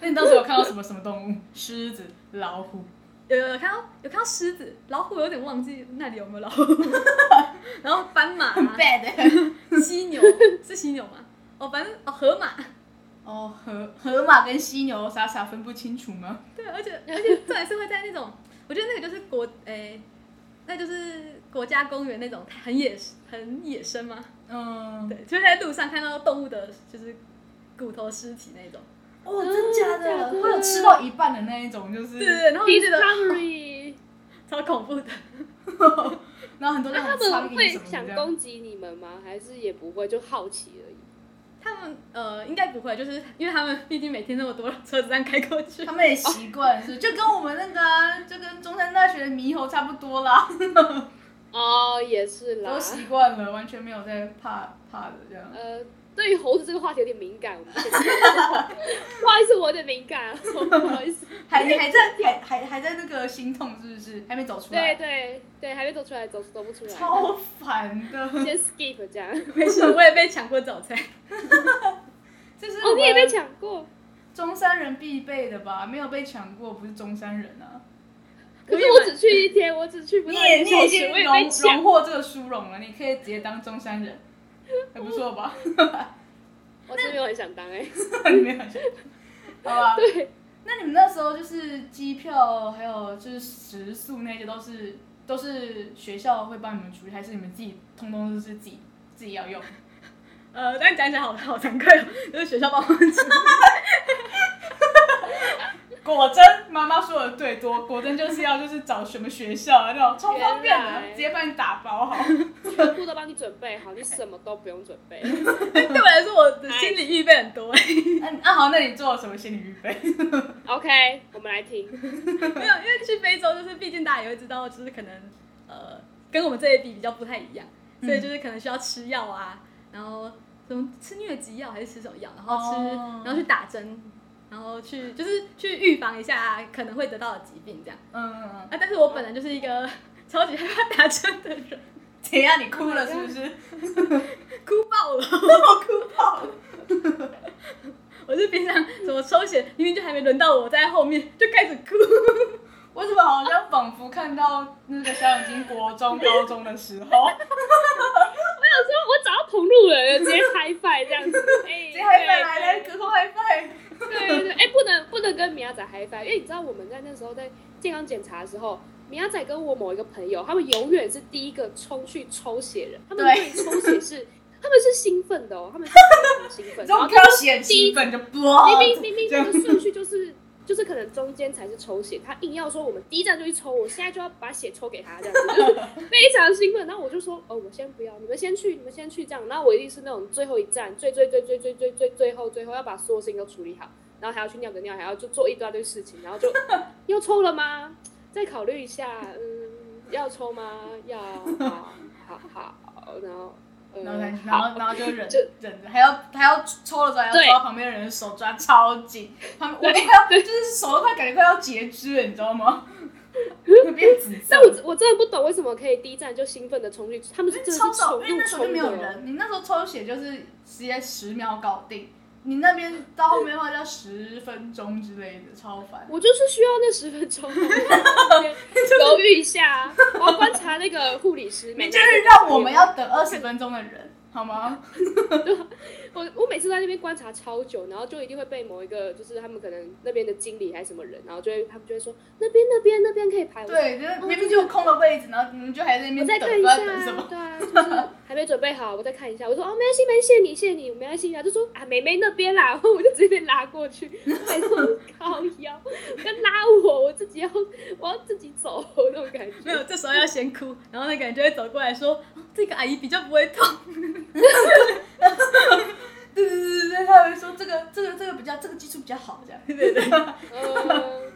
[SPEAKER 2] 那你当时有看到什么什么动物？狮子、老虎。
[SPEAKER 4] 有有有看到有看到狮子、老虎，有点忘记那里有没有
[SPEAKER 2] (laughs)
[SPEAKER 4] 老虎，然后斑马、啊
[SPEAKER 2] bad。
[SPEAKER 4] 犀牛是犀牛吗？哦，反正哦河马，
[SPEAKER 2] (laughs) 哦，河河马跟犀牛傻傻分不清楚吗？
[SPEAKER 4] 对，而且而且重点是会在那种，我觉得那个就是国诶、那就是国家公园那种很野很野生吗？
[SPEAKER 2] 嗯，
[SPEAKER 4] 对，就是在路上看到动物的，就是骨头尸体那种。
[SPEAKER 2] 哦，真假
[SPEAKER 3] 真
[SPEAKER 2] 的
[SPEAKER 3] 假，的
[SPEAKER 2] 会有吃到一半的那一种，就是
[SPEAKER 4] 对对对，然后我就觉得
[SPEAKER 3] Discovery，
[SPEAKER 4] 超恐怖的。
[SPEAKER 2] 然后很多
[SPEAKER 3] 那
[SPEAKER 2] 那
[SPEAKER 3] 他
[SPEAKER 2] 种
[SPEAKER 3] 们
[SPEAKER 2] 苍
[SPEAKER 3] 会
[SPEAKER 2] 蝇什么
[SPEAKER 3] 想
[SPEAKER 2] 的。
[SPEAKER 3] 攻击你们吗？还是也不会，就好奇而已？
[SPEAKER 4] 他们呃应该不会，就是因为他们毕竟每天那么多车子这样开过
[SPEAKER 2] (laughs)
[SPEAKER 4] 去
[SPEAKER 2] 他，们也习惯是，就跟我们那个啊、就跟中山大学的猕猴差不多啦，
[SPEAKER 3] 哦，也是啦
[SPEAKER 2] 都。习惯了，完全没有在怕怕的这样。
[SPEAKER 3] 呃，对于猴子这个话题有点敏感，我们
[SPEAKER 2] (laughs)
[SPEAKER 3] 不好意思，我有点敏感，哦不好意思。
[SPEAKER 2] 还你还在还还还在那个心痛是不是？还没走出
[SPEAKER 3] 对
[SPEAKER 2] 来，
[SPEAKER 3] 对对，还没走出来，走走不出来，
[SPEAKER 2] 超烦的。
[SPEAKER 3] 先 skip 这
[SPEAKER 2] (laughs)
[SPEAKER 3] 样。哦
[SPEAKER 4] 没事，我也被抢过早餐。
[SPEAKER 2] 这是
[SPEAKER 3] 哦，你也被
[SPEAKER 2] 我们
[SPEAKER 3] 抢过，
[SPEAKER 2] 中山人必备的吧？没有被抢过，不是中山人啊。
[SPEAKER 3] 可是我只去一天，我只去不
[SPEAKER 2] 你
[SPEAKER 3] 到
[SPEAKER 2] 也
[SPEAKER 3] 一
[SPEAKER 2] 你
[SPEAKER 3] 个小
[SPEAKER 2] 已
[SPEAKER 3] 时，
[SPEAKER 2] 经
[SPEAKER 3] 我也
[SPEAKER 2] 荣
[SPEAKER 3] 被抢
[SPEAKER 2] 荣。获这个殊荣了，你可以直接当中山人，还不错吧？
[SPEAKER 3] 我真没有很想当
[SPEAKER 2] (laughs)
[SPEAKER 3] 哎、
[SPEAKER 2] 你没有觉得？ (laughs) 好吧。
[SPEAKER 3] 对，
[SPEAKER 2] 那你们那时候就是机票，还有就是食宿那些都是都是学校会帮你们处理，还是你们自己通通都是自己自己要用？
[SPEAKER 4] 呃，但讲起来好好惭愧哦，就是学校帮
[SPEAKER 2] (laughs)
[SPEAKER 4] 我们煮。
[SPEAKER 2] 果真，妈妈说的对，多果真就是要就是找什么学校啊那种超方便
[SPEAKER 3] 原
[SPEAKER 2] 的，
[SPEAKER 3] 来
[SPEAKER 2] 直接帮你打包好。
[SPEAKER 3] 全部都帮你准备好，你什么都不用准备。
[SPEAKER 4] 对我来说，我的心理预备很多、
[SPEAKER 2] 那你啊好，那你做了什么心理预备？
[SPEAKER 3] OK，我们来听。
[SPEAKER 4] (laughs) 没有，因为去非洲就是，毕竟大家也会知道，就是可能呃，跟我们这一比比较不太一样，所以就是可能需要吃药啊，然后什么吃疟疾药还是吃什么药，然后吃，
[SPEAKER 2] 哦
[SPEAKER 4] 然后去打针，然后去就是去预防一下可能会得到的疾病这样。
[SPEAKER 2] 嗯嗯，嗯
[SPEAKER 4] 啊，但是我本人就是一个 (laughs) 超级害怕打针的人，
[SPEAKER 2] 等一下你哭了是不是？
[SPEAKER 4] 哭爆了，
[SPEAKER 2] 哭爆了。
[SPEAKER 4] 我是平常什么抽血，明明就还没轮到我在后面就开始哭， (laughs)
[SPEAKER 2] 我怎么好像仿佛看到那个小眼睛国中、高中的时候，
[SPEAKER 3] 我想说，我找到同路人了，
[SPEAKER 2] (laughs)
[SPEAKER 3] 直接嗨拜这样子。哎、
[SPEAKER 2] 直接还本来来隔空还拜。
[SPEAKER 3] 对对对，哎、不能不能跟米亚仔嗨翻，因为你知道我们在那时候在健康检查的时候，米亚仔跟我某一个朋友，他们永远是第一个冲去抽血人，他们
[SPEAKER 2] 对
[SPEAKER 3] 对于抽血是他们是兴奋的哦，他们是非
[SPEAKER 2] (laughs)
[SPEAKER 3] 常兴奋，
[SPEAKER 2] 这种
[SPEAKER 3] 然后
[SPEAKER 2] 看到
[SPEAKER 3] 他
[SPEAKER 2] 血
[SPEAKER 3] 第
[SPEAKER 2] 气
[SPEAKER 3] 一
[SPEAKER 2] 氛就不
[SPEAKER 3] 们明明明明
[SPEAKER 2] 哦这
[SPEAKER 3] 那
[SPEAKER 2] 样
[SPEAKER 3] 个顺序就是。就是可能中间才是抽血，他硬要说我们第一站就去抽，我现在就要把血抽给他，这样子就是非常兴奋。然后我就说，哦，我先不要，你们先去，你们先去这样。然后我一定是那种最后一站，最最最最最最最最后最后要把所有事情都处理好。然后还要去尿个尿，还要就做一大堆事情，
[SPEAKER 2] (laughs)
[SPEAKER 3] 然后就要抽了吗？再考虑一下，嗯，要抽吗？要，好，好，好，然后，呃，
[SPEAKER 2] 然后才然
[SPEAKER 3] 好
[SPEAKER 2] 后然后就忍
[SPEAKER 3] 就
[SPEAKER 2] 忍着，还要还要抽了之后还要
[SPEAKER 3] 对
[SPEAKER 2] 抓旁边的人的手抓超紧，旁边我都快要就是手都快感觉快要截肢了，你知道吗？会变紫色
[SPEAKER 3] 但。我我真的不懂为什么可以第一站就兴奋的冲进去，他们是真的
[SPEAKER 2] 超
[SPEAKER 3] 是
[SPEAKER 2] 少，
[SPEAKER 3] 冲
[SPEAKER 2] 因为
[SPEAKER 3] 又
[SPEAKER 2] 那时候就
[SPEAKER 3] 冲
[SPEAKER 2] 没有
[SPEAKER 3] 的哦。
[SPEAKER 2] 人，你那时候抽血就是直接十秒搞定，你那边到后面的话就要十分钟之类的，超烦。
[SPEAKER 3] 我就是需要那十
[SPEAKER 2] (laughs)
[SPEAKER 3] 分钟，犹豫一下，啊我要观察那个护理师。
[SPEAKER 2] 你就是让我们要等二十分钟的人，好
[SPEAKER 3] (laughs)
[SPEAKER 2] 吗？
[SPEAKER 3] 我我每次在那边观察超久，然后就一定会被某一个就是他们可能那边的经理还是什么人，然后就会他们就会说那边那边那边可以排。我说，
[SPEAKER 2] 对，就是明明就有空的位置，然后你们就还在那边
[SPEAKER 3] 我再
[SPEAKER 2] 等，
[SPEAKER 3] 看
[SPEAKER 2] 不知
[SPEAKER 3] 一下
[SPEAKER 2] 道等什
[SPEAKER 3] 啊，
[SPEAKER 2] 么。
[SPEAKER 3] 对啊，就是还没准备好，我再看一下。我说哦，没关系，没关系，谢你谢你，没关系啊。就说啊，妹妹那边啦， (laughs) 然后我就直接被拉过去，还说高腰，跟拉我，我自己要我要自己走那种感觉。
[SPEAKER 4] 没有，这时候要先哭，然后那个人就会走过来说：“哦这个阿姨比较不会痛。
[SPEAKER 2] 对对对对对，他会说这个这个这个比较这个技术比较好这样。对对对，
[SPEAKER 3] 嗯，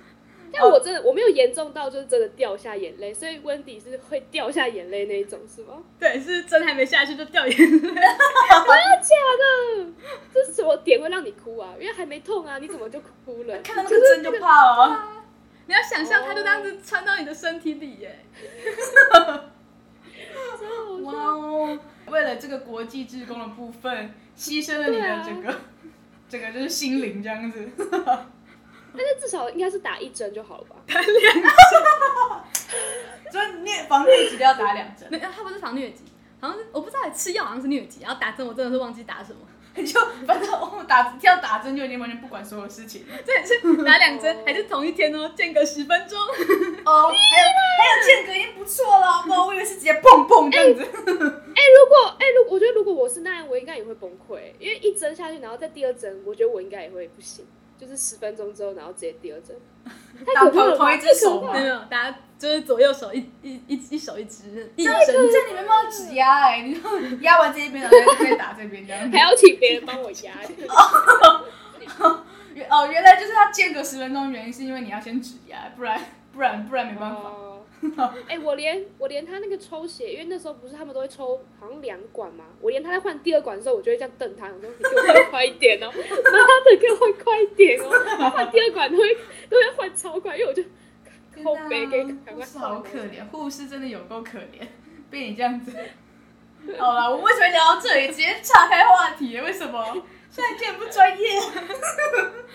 [SPEAKER 3] 但我真的我没有严重到就是真的掉下眼泪，所以温迪是会掉下眼泪那一种，是吗？”
[SPEAKER 4] 对，是针还没下去就掉眼泪。
[SPEAKER 3] 嗯，这是什么点会让你哭啊？因为还没痛啊，你怎么就哭 (laughs) 了？
[SPEAKER 2] 看到那个针就怕了。
[SPEAKER 4] 你要想象，它就这样子穿到你的身体里耶。
[SPEAKER 2] 哇哦！为了这个国际志工的部分，牺牲了你的整个，整个就是心灵这样子。
[SPEAKER 3] 但是至少应该是打一针就好了吧？
[SPEAKER 2] 所以你防疫只要打两针，
[SPEAKER 4] 没有，它不是防疟疾，好像是我不知道吃药好像是疟疾，然后打针我真的是忘记打什么，
[SPEAKER 2] 你就反正我打要打针就已经完全不管所有事情了。
[SPEAKER 4] 对，是打两针还是同一天哦，间隔十分钟。
[SPEAKER 2] 哦，还有还有间隔已经不错了，好不好？我以为是直接砰砰这样子。
[SPEAKER 3] 哎、如果哎、如我觉得如果我是那样，我应该也会崩溃，因为一针下去，然后再第二针，我觉得我应该也会不行，就是十分钟之后，然后直接第二针，太
[SPEAKER 2] 打
[SPEAKER 3] 可怕了
[SPEAKER 2] 同
[SPEAKER 3] 吧！
[SPEAKER 2] 同一只手吗
[SPEAKER 4] 没有？没有，大家就是左右手一一一一手一只，一
[SPEAKER 2] 这样这样你没办法指压哎、你就压完这一边，然后再再打这边这样子
[SPEAKER 3] 还。要请别人帮我压，
[SPEAKER 2] (laughs) 原哦，原来就是它间隔十分钟，原因是因为你要先指压，不然不然不然没办法。
[SPEAKER 3] 哦，哎、我连我连他那个抽血，因为那时候不是他们都会抽好像两管嘛，我连他在换第二管的时候，我就会这样瞪他，我说你给我换快一点哦， (laughs) 妈的，给我换快一点哦，他换第二管都会都会换超快，因为我就靠背给
[SPEAKER 2] 天哪
[SPEAKER 3] 赶
[SPEAKER 2] 护
[SPEAKER 3] 快
[SPEAKER 2] 士
[SPEAKER 3] 换
[SPEAKER 2] 好可怜，护士真的有够可怜，被你这样子。 (laughs) 好了，我们为什么聊到这里？直接岔开话题，为什么？现在见不专业。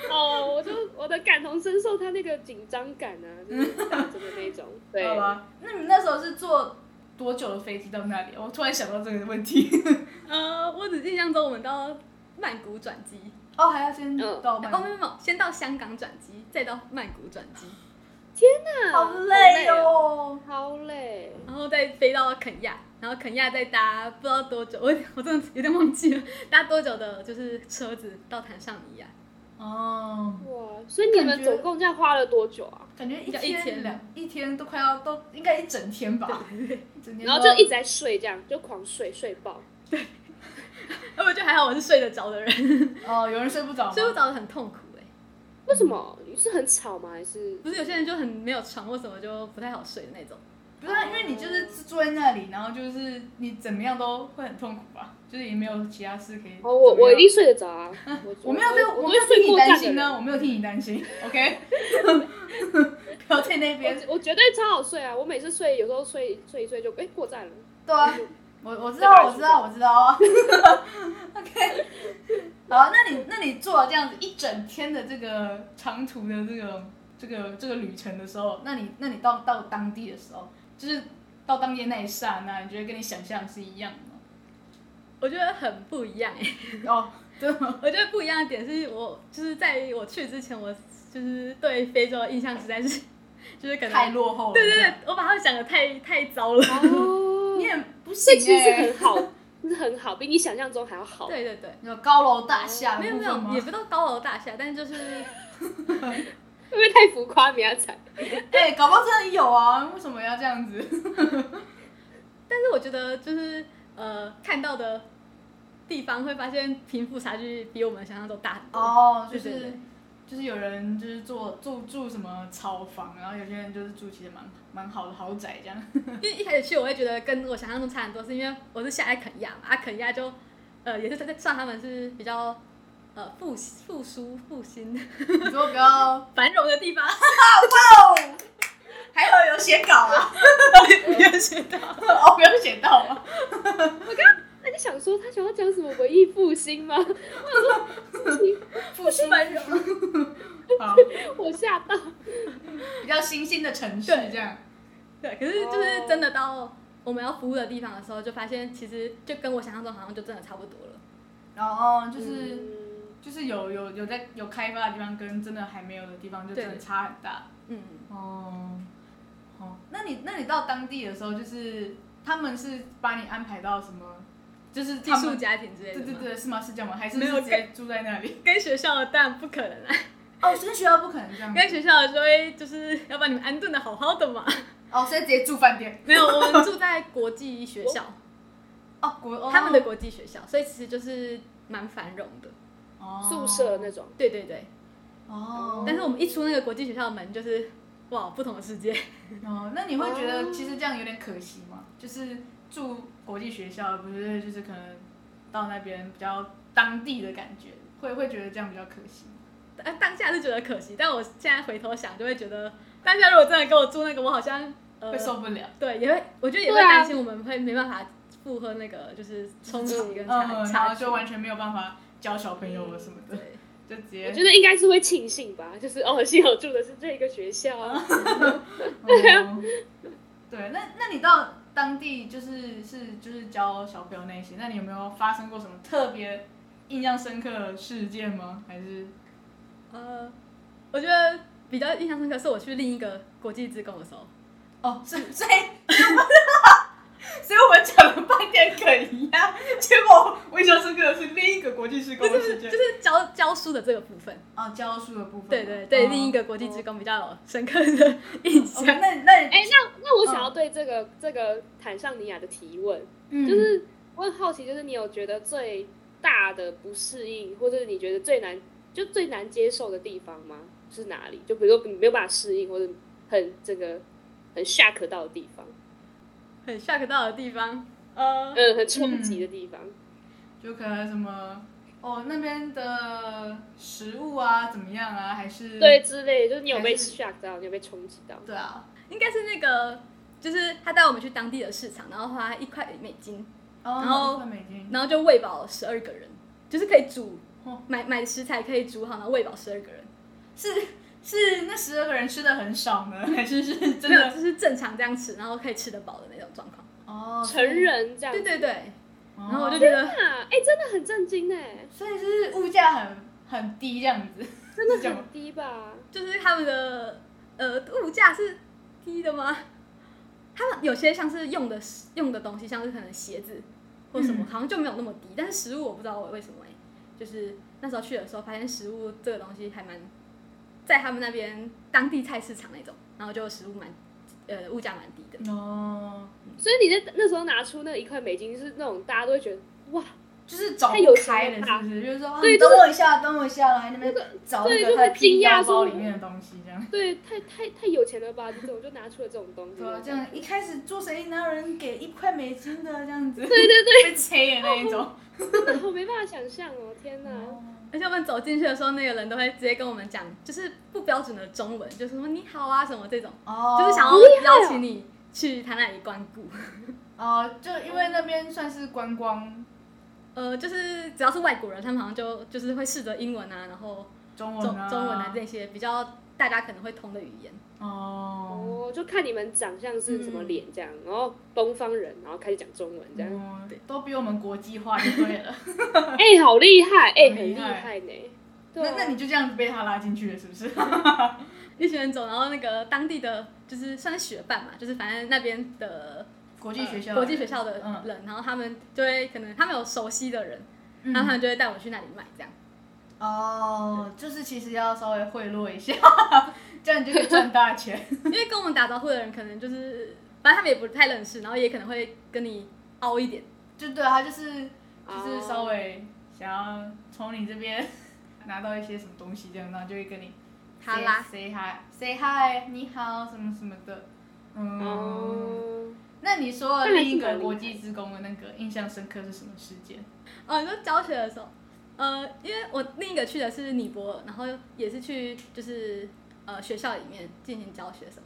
[SPEAKER 3] 哦，我就我的感同身受他那个紧张感啊，就是
[SPEAKER 2] (laughs)
[SPEAKER 3] 打针的那种，对，
[SPEAKER 2] 好吧，那你那时候是坐多久的飞机到那里？我突然想到这个问题。
[SPEAKER 4] 呃，我只印象中我们到曼谷转机，
[SPEAKER 2] 哦，还要先
[SPEAKER 3] 嗯
[SPEAKER 2] 到曼
[SPEAKER 4] 哦，
[SPEAKER 2] 谷
[SPEAKER 4] 没有没有，先到香港转机，再到曼谷转机，
[SPEAKER 3] 那
[SPEAKER 2] 好累
[SPEAKER 3] 哦，
[SPEAKER 2] 哦。
[SPEAKER 3] 好累，
[SPEAKER 4] 然后再飞到肯亚，然后肯亚再搭不知道多久，我我真的有点忘记了搭多久的，就是车子到坦尚尼亚，
[SPEAKER 2] 哦，
[SPEAKER 3] 哇，所以你
[SPEAKER 2] 感
[SPEAKER 3] 们
[SPEAKER 2] 觉
[SPEAKER 3] 总共这样花了多久啊？
[SPEAKER 2] 感觉一
[SPEAKER 4] 要一
[SPEAKER 2] 天
[SPEAKER 4] 天
[SPEAKER 2] 两一天都快要都应该一整天吧，一整天都
[SPEAKER 3] 然
[SPEAKER 2] 要。
[SPEAKER 3] 后就一直在睡，这样就狂睡睡爆。
[SPEAKER 4] (laughs) 哎，我觉得还好，我是睡得着的人，
[SPEAKER 2] 哦，有人睡不着吗？
[SPEAKER 4] 睡不着得很痛苦哎、
[SPEAKER 3] 为什么？你是很吵吗？还是
[SPEAKER 2] 嗯
[SPEAKER 4] 不是有些人就很没有床或什么就不太好睡的那种，
[SPEAKER 2] 不是啊，因为你就是坐在那里，然后就是你怎么样都会很痛苦吧，就是也没有其他事可以。
[SPEAKER 3] 哦，我
[SPEAKER 2] 怎么
[SPEAKER 3] 我
[SPEAKER 2] 样
[SPEAKER 3] 一定睡得
[SPEAKER 2] (laughs)
[SPEAKER 3] 着啊！我
[SPEAKER 2] 我没有对，
[SPEAKER 3] 我
[SPEAKER 2] 我
[SPEAKER 3] 我
[SPEAKER 2] 没
[SPEAKER 3] 会
[SPEAKER 2] 有
[SPEAKER 3] 睡
[SPEAKER 2] 替你
[SPEAKER 3] 过这
[SPEAKER 2] 担
[SPEAKER 3] 样的
[SPEAKER 2] 心哦呢，
[SPEAKER 3] 人。
[SPEAKER 2] 我没有替你担心，OK？不要在那边。
[SPEAKER 3] 我我绝对超好睡啊！我每次睡，有时候睡睡一睡就哎、过站了。
[SPEAKER 2] 对啊， (laughs) 我我知道，我知道，我知道啊。OK，好，那你那你做了这样子一整天的这个长途的这个这个这个旅程的时候，那你那你到到当地的时候，就是到当地的那一刹那，你觉得跟你想象是一样的
[SPEAKER 4] 我觉得很不一样哎、
[SPEAKER 2] 吗？哦，真的吗？
[SPEAKER 4] (laughs) 我觉得不一样的点是我就是在我去之前，我就是对非洲的印象实在是 (laughs) 就是可能
[SPEAKER 2] 太落后了。
[SPEAKER 4] 对对对，我把他们想的太太糟了。
[SPEAKER 3] 哦
[SPEAKER 2] 你，也不
[SPEAKER 3] (laughs) 这
[SPEAKER 2] 行
[SPEAKER 3] 其实
[SPEAKER 2] 哎、
[SPEAKER 3] 很好，是很好，比你想象中还要好。
[SPEAKER 4] (laughs) 对对对，
[SPEAKER 2] 有高楼大厦的
[SPEAKER 4] 没有
[SPEAKER 2] 部
[SPEAKER 4] 没
[SPEAKER 2] 分吗
[SPEAKER 4] 有，也不到高楼大厦，但就是 (laughs)
[SPEAKER 3] 会不会太浮夸？米亚仔，
[SPEAKER 2] 哎、搞不好真的有啊，为什么要这样子？
[SPEAKER 4] 但是我觉得就是呃看到的地方会发现贫富差距比我们想象中大很多。
[SPEAKER 2] 哦，就
[SPEAKER 4] 对
[SPEAKER 2] 是。
[SPEAKER 4] 对对，
[SPEAKER 2] 就是有人就是做住住什么草房，然后有些人就是住其实蛮蛮好的豪宅这样。 (laughs)
[SPEAKER 4] 因为一开始去我会觉得跟我想象中差很多，是因为我是下在肯亚嘛，啊肯亚就呃也是在算他们是比较呃复复苏复兴
[SPEAKER 2] 你说不要
[SPEAKER 4] 繁荣的地方。
[SPEAKER 2] 哦，还有有写稿 (laughs) 啊？
[SPEAKER 4] 没有学到。
[SPEAKER 2] (laughs) 哦，没有写到吗？
[SPEAKER 3] 那就想说他想要讲什么文艺复兴吗？ (laughs) 我想说，
[SPEAKER 2] 复兴
[SPEAKER 4] 温柔，
[SPEAKER 2] (laughs) 好，
[SPEAKER 3] 我吓到。
[SPEAKER 2] 比较新兴的城市
[SPEAKER 4] 对
[SPEAKER 2] 这样。
[SPEAKER 4] (laughs) 对，可是就是
[SPEAKER 2] 哦
[SPEAKER 4] 真的到我们要服务的地方的时候，就发现其实就跟我想象中好像就真的差不多了。
[SPEAKER 2] 然后就是、
[SPEAKER 3] 嗯，
[SPEAKER 2] 就是有有有在有开发的地方跟真的还没有的地方就真的差很大。
[SPEAKER 4] 嗯，
[SPEAKER 2] 哦，哦，那你那你到当地的时候，就是他们是把你安排到什么？就是
[SPEAKER 4] 寄
[SPEAKER 2] 他
[SPEAKER 4] 宿
[SPEAKER 2] 们
[SPEAKER 4] 家庭之类的
[SPEAKER 2] 对
[SPEAKER 4] 吗，
[SPEAKER 2] 对对，是吗？是这样吗？还是
[SPEAKER 4] 没有
[SPEAKER 2] 是直接住在那
[SPEAKER 4] (laughs)
[SPEAKER 2] 里？
[SPEAKER 4] 跟学校的当然不可能啊，
[SPEAKER 2] 哦，跟学校不可能这样
[SPEAKER 4] 跟学校的就会就是要把你们安顿的好好的嘛。 (laughs)
[SPEAKER 2] 哦，所以直接住饭店。
[SPEAKER 4] 没有，我们住在国际学校，
[SPEAKER 2] 哦，国哦
[SPEAKER 4] 他们的国际学校，所以其实就是蛮繁荣的。
[SPEAKER 2] 哦
[SPEAKER 3] 嗯宿舍那种，
[SPEAKER 4] 对对对，
[SPEAKER 2] 哦，
[SPEAKER 4] 但是我们一出那个国际学校的门，就是哇，不同的世界。
[SPEAKER 2] 哦，那你会觉得
[SPEAKER 3] 哦
[SPEAKER 2] 其实这样有点可惜吗？就是住国际学校，不是就是可能到那边比较当地的感觉，会会觉得这样比较可惜吗。
[SPEAKER 4] 啊，当下是觉得可惜，但我现在回头想，就会觉得当下如果真的跟我住那个，我好像呃
[SPEAKER 2] 会受不了，
[SPEAKER 4] 对，也会，我觉得也会
[SPEAKER 3] 对啊
[SPEAKER 4] 担心我们会没办法负荷那个就是冲突跟差
[SPEAKER 2] 嗯，然
[SPEAKER 4] 差
[SPEAKER 2] 后
[SPEAKER 4] 距
[SPEAKER 2] 就完全没有办法教小朋友了什么的，
[SPEAKER 4] 嗯对，
[SPEAKER 2] (laughs) 就直
[SPEAKER 3] 我
[SPEAKER 2] 接
[SPEAKER 3] 觉得应该是会庆幸吧，就是哦，幸好住的是这个学校，啊
[SPEAKER 4] (laughs)
[SPEAKER 2] 哦对，那那你到当地就是是就是教小朋友那些，那你有没有发生过什么特别印象深刻的事件吗？还是
[SPEAKER 4] 呃，我觉得比较印象深刻是我去另一个国际职工的时候，
[SPEAKER 2] 哦，所以所以 (laughs) 所以我们讲了半天梗一样，结果我印象深刻的是另一个国际施工的事件，
[SPEAKER 4] 就是教教书的这个部分，
[SPEAKER 2] 哦教书的部分，
[SPEAKER 4] 对对对，另一
[SPEAKER 2] 个。
[SPEAKER 4] 个国际职工比较有深刻的
[SPEAKER 2] 嗯
[SPEAKER 4] 印
[SPEAKER 2] 哦
[SPEAKER 4] 象。
[SPEAKER 2] 那那
[SPEAKER 4] (laughs)
[SPEAKER 3] 哎、那那我想要对这个、这个坦尚尼亚的提问，
[SPEAKER 2] 哦嗯
[SPEAKER 3] 就是我很好奇，就是你有觉得最大的不适应，或者是你觉得最难就最难接受的地方吗？是哪里？就比如说你没有办法适应，或者很这个很 shock 到的地方，
[SPEAKER 4] 很 shock 到的地方，呃，
[SPEAKER 3] 嗯，很冲击的地方。
[SPEAKER 2] 就可能什么哦那边的食物啊怎么样啊，还是
[SPEAKER 3] 对，之类，就是你有被
[SPEAKER 2] 还是
[SPEAKER 3] shock 到，你有被冲击到，
[SPEAKER 2] 对啊，
[SPEAKER 4] 应该是那个，就是他带我们去当地的市场，然后花一块美金，
[SPEAKER 2] 哦
[SPEAKER 4] 然后
[SPEAKER 2] 一块美金，
[SPEAKER 4] 然后就喂饱十二个人，就是可以煮
[SPEAKER 2] 哦
[SPEAKER 4] 买买食材可以煮好，然后喂饱十二个人，
[SPEAKER 2] 是是那十二个人吃的很少呢， (laughs) 还是是真
[SPEAKER 4] 没有，
[SPEAKER 2] 的
[SPEAKER 4] 就是正常这样吃，然后可以吃得饱的那种状况。
[SPEAKER 2] 哦
[SPEAKER 3] 成，人这样。
[SPEAKER 4] 对对对，
[SPEAKER 2] 然
[SPEAKER 4] 然后我就觉得
[SPEAKER 3] 啊，哎、真的很震惊哎，
[SPEAKER 2] 所以是物价很很低这样子，
[SPEAKER 3] 真的
[SPEAKER 2] 是这样吗
[SPEAKER 3] 很低吧？
[SPEAKER 4] 就是他们的呃物价是低的吗？他们有些像是用的用的东西，像是可能鞋子或什么，
[SPEAKER 2] 嗯
[SPEAKER 4] 好像就没有那么低。但是食物我不知道我为什么哎、就是那时候去的时候发现食物这个东西还蛮在他们那边当地菜市场那种，然后就食物蛮呃物价蛮低的。
[SPEAKER 2] 哦，
[SPEAKER 3] 所以你在那时候拿出那一块美金，是那种大家都会觉得哇，
[SPEAKER 2] 就是找
[SPEAKER 3] 太有
[SPEAKER 2] 不开了，
[SPEAKER 3] 钱了
[SPEAKER 2] 是
[SPEAKER 3] 吧
[SPEAKER 2] 不是？就是说，啊
[SPEAKER 3] 对
[SPEAKER 2] 你
[SPEAKER 3] 就
[SPEAKER 2] 等
[SPEAKER 3] 是
[SPEAKER 2] 我一下，等我一下，然后还在那边找
[SPEAKER 3] 对
[SPEAKER 2] 那
[SPEAKER 3] 就
[SPEAKER 2] 个他
[SPEAKER 3] 会惊
[SPEAKER 2] 屁
[SPEAKER 3] 讶
[SPEAKER 2] 腰
[SPEAKER 3] 说
[SPEAKER 2] 包里面的东西，这样。
[SPEAKER 3] 对，太太太有钱了吧？你怎么就拿出了这种东西？
[SPEAKER 2] 对啊，这样一开始做生意哪有人给一块美金的这样子？
[SPEAKER 3] 对对对，
[SPEAKER 2] (laughs) 被催的那一种。
[SPEAKER 3] (laughs) 真的我没办法想象哦，天哪！
[SPEAKER 4] 而且我们走进去的时候，那个人都会直接跟我们讲，就是不标准的中文，就是说你好啊什么这种，
[SPEAKER 2] 哦，
[SPEAKER 4] 就是想要
[SPEAKER 3] 好厉害哦
[SPEAKER 4] 邀请你去他那里光顾。
[SPEAKER 2] 哦，就因为那边算是观光
[SPEAKER 4] 呃，就是只要是外国人，他们好像就就是会试着英文啊，然后
[SPEAKER 2] 中
[SPEAKER 4] 中
[SPEAKER 2] 文啊，
[SPEAKER 4] 中文啊这些比较大家可能会通的语言。
[SPEAKER 2] 哦，
[SPEAKER 3] 哦，就看你们长相是什么脸这样，然后东方人，然后开始讲中文这样，
[SPEAKER 2] 嗯都比我们国际化就对
[SPEAKER 4] (laughs)
[SPEAKER 2] 了。
[SPEAKER 3] 哎、好厉害，
[SPEAKER 2] 嗯
[SPEAKER 3] 哎、
[SPEAKER 2] 很
[SPEAKER 3] 很
[SPEAKER 2] 厉
[SPEAKER 3] 厉
[SPEAKER 2] 害
[SPEAKER 3] 害呢。对
[SPEAKER 2] 那
[SPEAKER 3] 啊
[SPEAKER 2] 那你就这样子被他拉进去了，是不是？ (laughs)
[SPEAKER 4] 一群人走，然后那个当地的就是算是学伴嘛，就是反正那边的
[SPEAKER 2] 国际学校，
[SPEAKER 4] 呃国际学校的
[SPEAKER 2] 嗯
[SPEAKER 4] 人，然后他们就会可能他们有熟悉的人，
[SPEAKER 2] 嗯，
[SPEAKER 4] 然后他们就会带我去那里买这样。
[SPEAKER 2] 哦，就是其实要稍微贿赂一下， (laughs) 这样你就可以赚大钱。 (laughs)
[SPEAKER 4] 因为跟我们打招呼的人可能就是，反正他们也不太认识，然后也可能会跟你凹一点。
[SPEAKER 2] 就对啊，他就是就是
[SPEAKER 3] 哦
[SPEAKER 2] 稍微想要从你这边拿到一些什么东西，这样，然后就会跟你
[SPEAKER 4] 哈拉
[SPEAKER 2] say say hi say hi 你好什么什么的。嗯，
[SPEAKER 3] 哦，
[SPEAKER 2] 那你说
[SPEAKER 3] 那还是
[SPEAKER 2] 另一
[SPEAKER 3] 蛮
[SPEAKER 2] 个
[SPEAKER 3] 厉害
[SPEAKER 2] 国际职工的那个印象深刻是什么事件？
[SPEAKER 4] 哦，你说教学的时候，呃，因为我另一个去的是尼泊尔，然后也是去就是呃学校里面进行教学什么，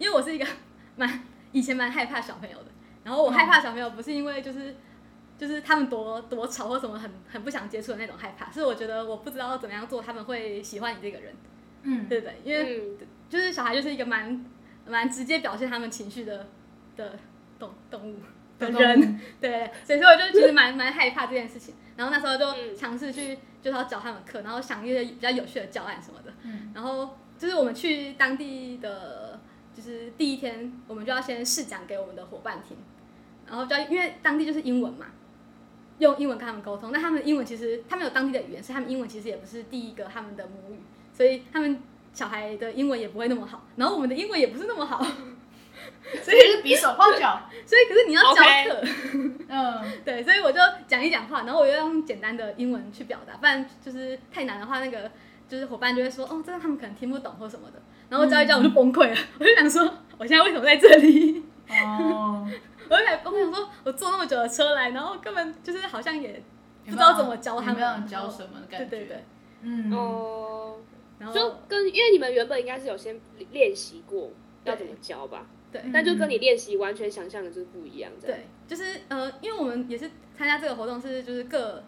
[SPEAKER 4] 因为我是一个 (laughs) 蛮以前蛮害怕小朋友的，然后我害怕小朋友不是因为就是就是他们多多吵或什么很很不想接触的那种害怕，是我觉得我不知道怎么样做他们会喜欢你这个人，
[SPEAKER 2] 嗯，
[SPEAKER 4] 对不对？因为
[SPEAKER 3] 嗯，
[SPEAKER 4] 就是小孩就是一个蛮蛮直接表现他们情绪的的动动物的人， (laughs) 对，所以说我就其实蛮蛮害怕这件事情。然后那时候就
[SPEAKER 3] 嗯
[SPEAKER 4] 尝试去就是要教他们课，然后想一些比较有趣的教案什么的。
[SPEAKER 2] 嗯
[SPEAKER 4] 然后就是我们去当地的，就是第一天我们就要先试讲给我们的伙伴听，然后就要因为当地就是英文嘛。用英文跟他们沟通，那他们英文其实他们有当地的语言，所以他们英文其实也不是第一个他们的母语，所以他们小孩的英文也不会那么好，然后我们的英文也不是那么好，
[SPEAKER 2] (laughs)
[SPEAKER 4] 所
[SPEAKER 2] 所以就是比手画脚，
[SPEAKER 4] 以可是你要教课
[SPEAKER 3] OK
[SPEAKER 2] 嗯，
[SPEAKER 4] (laughs) 对，所以我就讲一讲话，然后我又用简单的英文去表达，不然就是太难的话，那个就是伙伴就会说，哦，这个他们可能听不懂或什么的，然后教一教我就崩溃了， (laughs) 我就想说，我现在为什么在这里？ (laughs)
[SPEAKER 2] 哦，
[SPEAKER 4] 我就想，我想说，我坐那么久的车来，然后根本就是好像也不知道怎么教他
[SPEAKER 2] 有没
[SPEAKER 4] 们，
[SPEAKER 2] 有教什么的感
[SPEAKER 4] 对
[SPEAKER 2] 觉，
[SPEAKER 4] 对对，，
[SPEAKER 2] 嗯，
[SPEAKER 3] 哦，
[SPEAKER 4] 然后
[SPEAKER 3] 就跟因为你们原本应该是有先练习过要怎么教吧，
[SPEAKER 4] 对
[SPEAKER 3] 但就跟你练习完全想象的就是不一样，这样
[SPEAKER 4] 嗯对，就是呃，因为我们也是参加这个活动是就是各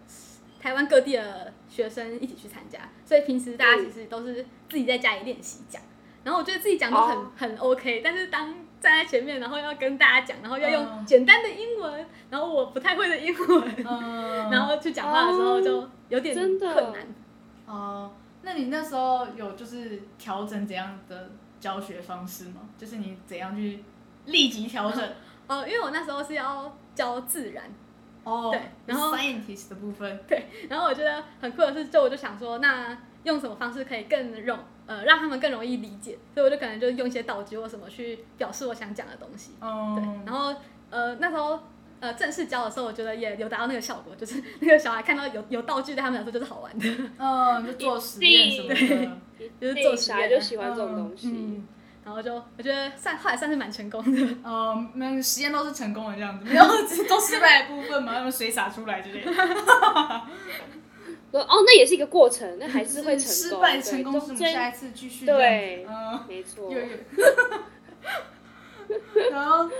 [SPEAKER 4] 台湾各地的学生一起去参加，所以平时大家其实都是自己在家里练习讲。然后我觉得自己讲就很、
[SPEAKER 3] 哦
[SPEAKER 4] 很 OK，但是当站在前面，然后要跟大家讲，然后要用
[SPEAKER 2] 嗯
[SPEAKER 4] 简单的英文，然后我不太会的英文，
[SPEAKER 2] 嗯，
[SPEAKER 4] (laughs) 然后去讲话的时候就有点
[SPEAKER 3] 真的
[SPEAKER 4] 困难。
[SPEAKER 2] 哦，那你那时候有就是调整怎样的教学方式吗？就是你怎样去立即调整？
[SPEAKER 4] 哦，因为我那时候是要教自然，
[SPEAKER 2] 哦
[SPEAKER 4] 对然后
[SPEAKER 2] scientist 的部分，
[SPEAKER 4] 然后我觉得很酷的是，就我就想说，那用什么方式可以更容呃让他们更容易理解，所以我就可能就用一些道具或什么去表示我想讲的东西。对，
[SPEAKER 2] 嗯，
[SPEAKER 4] 然后呃那时候呃正式教的时候，我觉得也有达到那个效果，就是 (laughs) 那个小孩看到有有道具对他们来说就是好玩的，
[SPEAKER 2] 嗯，就做实验什么的，
[SPEAKER 4] 就是
[SPEAKER 3] 对
[SPEAKER 4] 做实
[SPEAKER 3] 小孩
[SPEAKER 4] 验
[SPEAKER 3] 就喜欢这种
[SPEAKER 2] 嗯
[SPEAKER 3] 东西，
[SPEAKER 4] 嗯，然后就我觉得算后来算是蛮成功的。
[SPEAKER 2] 嗯，那个实验都是成功的这样子，没有都失败的部分
[SPEAKER 3] (laughs)
[SPEAKER 2] 嘛，他们水洒出来之类的。
[SPEAKER 3] 说哦，那也是一个过程，那还是会成
[SPEAKER 2] (laughs)
[SPEAKER 3] 功，
[SPEAKER 2] 失败
[SPEAKER 3] 对
[SPEAKER 2] 成功是我
[SPEAKER 3] 中
[SPEAKER 2] 们
[SPEAKER 3] 间
[SPEAKER 2] 下一次继续这样
[SPEAKER 3] 对
[SPEAKER 2] 子，嗯。
[SPEAKER 3] 没
[SPEAKER 2] 有，
[SPEAKER 3] 错
[SPEAKER 2] (laughs) 有。然后，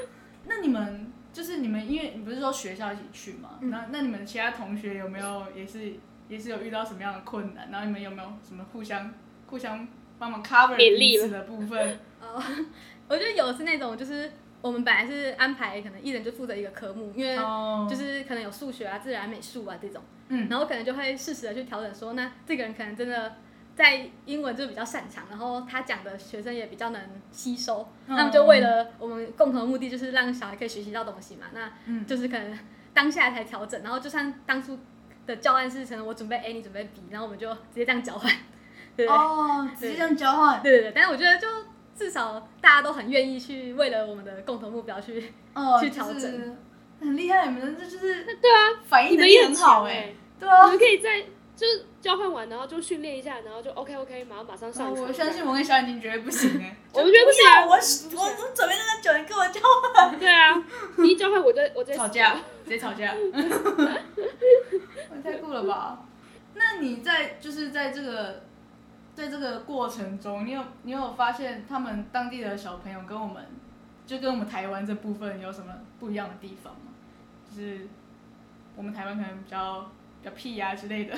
[SPEAKER 2] 那你们就是你们，因为你不是说学校一起去嘛？
[SPEAKER 4] 嗯
[SPEAKER 2] 那那你们其他同学有没有也是也是有遇到什么样的困难？然后你们有没有什么互相互相帮忙 cover
[SPEAKER 3] 勉励
[SPEAKER 2] 彼此的部分？
[SPEAKER 4] 哦， (laughs) 我觉得有的是那种就是我们本来是安排可能一人就负责一个科目，因为
[SPEAKER 2] 哦，
[SPEAKER 4] 就是可能有数学啊、自然、美术啊这种，
[SPEAKER 2] 嗯
[SPEAKER 4] 然后可能就会适时的去调整说，那这个人可能真的在英文就比较擅长，然后他讲的学生也比较能吸收，
[SPEAKER 2] 嗯
[SPEAKER 4] 那么就为了我们共同的目的就是让小孩可以学习到东西嘛，那
[SPEAKER 2] 嗯
[SPEAKER 4] 就是可能当下才调整，然后就算当初的教案是可能我准备 A，你准备 B，然后我们就直接这样交换，对不对？
[SPEAKER 2] 哦，直接这样交换，
[SPEAKER 4] 对对对，但是我觉得就至少大家都很愿意去为了我们的共同目标去
[SPEAKER 2] 哦，
[SPEAKER 4] 去调整
[SPEAKER 2] 就是很厉害，你们这就是
[SPEAKER 3] 对啊，
[SPEAKER 2] 反
[SPEAKER 3] 你
[SPEAKER 2] 应能
[SPEAKER 3] 们
[SPEAKER 2] 力
[SPEAKER 3] 也
[SPEAKER 2] 很好哎、
[SPEAKER 3] 哎，
[SPEAKER 2] 对啊
[SPEAKER 3] 你。们可以在就是交换完，然后就训练一下，然后就 OK OK，马上马上
[SPEAKER 2] 啊
[SPEAKER 3] 上场。
[SPEAKER 2] 我相信我跟小眼睛绝对不行哎、
[SPEAKER 3] 我们觉得不行
[SPEAKER 2] 要
[SPEAKER 3] 啊，
[SPEAKER 2] 我我我准备那个酒，你跟我交换，
[SPEAKER 3] 对啊，你一交换我就我就
[SPEAKER 2] 吵架，直接吵架。 (laughs) 太酷了吧？那你在就是在这个在这个过程中，你有你有发现他们当地的小朋友跟我们就跟我们台湾这部分有什么不一样的地方吗？就是我们台湾可能比较比较屁啊呀、之类的。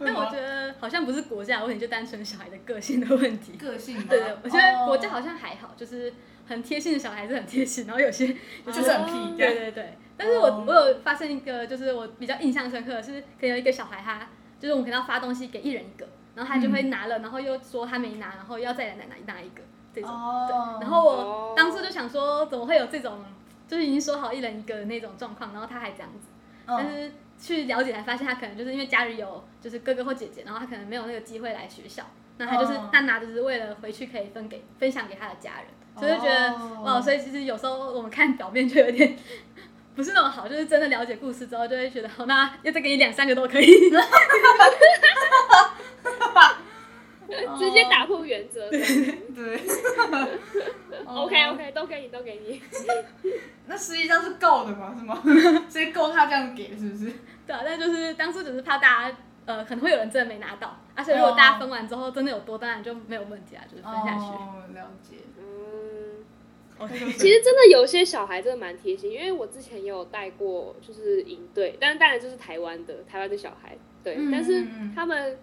[SPEAKER 4] 但我觉得好像不是国家的问题，就单纯小孩的个性的问题。
[SPEAKER 2] 个性吗，
[SPEAKER 4] (laughs) 对对，我觉得国家
[SPEAKER 2] 哦
[SPEAKER 4] 好像还好，就是很贴心的小孩是很贴心，然后有些
[SPEAKER 2] 就是很屁这
[SPEAKER 4] (laughs) 对
[SPEAKER 2] 样。
[SPEAKER 4] 对对。但是我、
[SPEAKER 2] 哦
[SPEAKER 4] 我有发现一个，就是我比较印象深刻的是，可能有一个小孩他，就是我们可能要发东西给一人一个，然后他就会拿了，然后又说他没拿，然后要再来拿拿拿一个这种。
[SPEAKER 2] 哦，
[SPEAKER 4] 然后我
[SPEAKER 3] 哦
[SPEAKER 4] 当初就想说，怎么会有这种，就是已经说好一人一个的那种状况，然后他还这样子。但
[SPEAKER 2] 嗯
[SPEAKER 4] 是去了解才发现，他可能就是因为家里有就是哥哥或姐姐，然后他可能没有那个机会来学校，那他就是、
[SPEAKER 2] 哦
[SPEAKER 4] 他拿着是为了回去可以分给分享给他的家人，所以就觉得
[SPEAKER 2] 哦
[SPEAKER 4] 哇，所以其实有时候我们看表面就有点 (laughs) 不是那么好，就是真的了解故事之后就会觉得，好，那要再给你两三个都
[SPEAKER 2] (laughs)
[SPEAKER 4] 可以，
[SPEAKER 3] (laughs) 直
[SPEAKER 4] 哦
[SPEAKER 3] 接打破原则。
[SPEAKER 2] 嗯
[SPEAKER 4] (laughs)
[SPEAKER 2] 对。哦
[SPEAKER 3] OK OK，都给你，都给你。
[SPEAKER 2] 那实际上是够的嘛，是吗？所以够他这样给，是不是？
[SPEAKER 4] 对啊，但就是当初只是怕大家呃，可能会有人真的没拿到，
[SPEAKER 2] 哦
[SPEAKER 4] 而且如果大家分完之后真的有多，当然就没有问题啊，就是分下去。
[SPEAKER 2] 哦，了解。
[SPEAKER 3] 嗯，
[SPEAKER 2] 其
[SPEAKER 3] 其实真的有些小孩真的蛮贴心，因为我之前也有带过，就是营队，但当然就是台湾的台湾的小孩，对，
[SPEAKER 4] 嗯
[SPEAKER 3] 但是
[SPEAKER 2] 嗯嗯
[SPEAKER 3] 他们。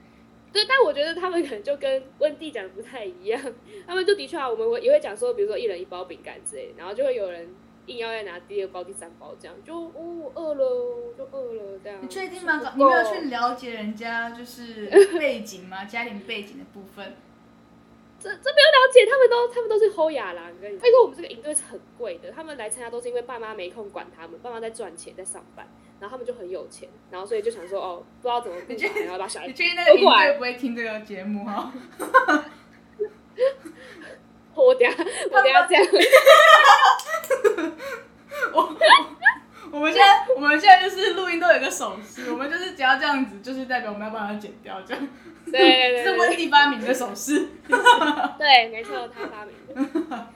[SPEAKER 3] 对，但我觉得他们可能就跟温蒂讲的不太一样，他们就的确啊，我们会也会讲说，比如说一人一包饼干之类的，然后就会有人硬要要拿第二包、第三包这样，就哦我饿了，我就饿了这样。
[SPEAKER 2] 你确定吗
[SPEAKER 3] 吃？不
[SPEAKER 2] 你没有
[SPEAKER 3] 够
[SPEAKER 2] 去了解人家就是背景吗？家庭背景的部分。
[SPEAKER 3] 这这没有了解，他们都他们都是齁雅啦，我跟你说。因为我们这个营队是很贵的，他们来参加都是因为爸妈没空管他们，爸妈在赚钱在上班，然后他们就很有钱，然后所以就想说哦，不知道怎么顾
[SPEAKER 2] 你这
[SPEAKER 3] 嘛，然后把小孩
[SPEAKER 2] 你确定那个
[SPEAKER 3] 都
[SPEAKER 2] 领
[SPEAKER 3] 过来
[SPEAKER 2] 队不会听这个节目哈？ (laughs)
[SPEAKER 3] 我等下我等下这样，
[SPEAKER 2] 我我们现在我们现在就是录音都有一个手势，我们就是只要这样子，就是代表我们要帮他剪掉，这样。
[SPEAKER 3] 对对对
[SPEAKER 2] 是
[SPEAKER 3] 对
[SPEAKER 2] 温蒂发明的手势。
[SPEAKER 3] 对，没错，他发明的。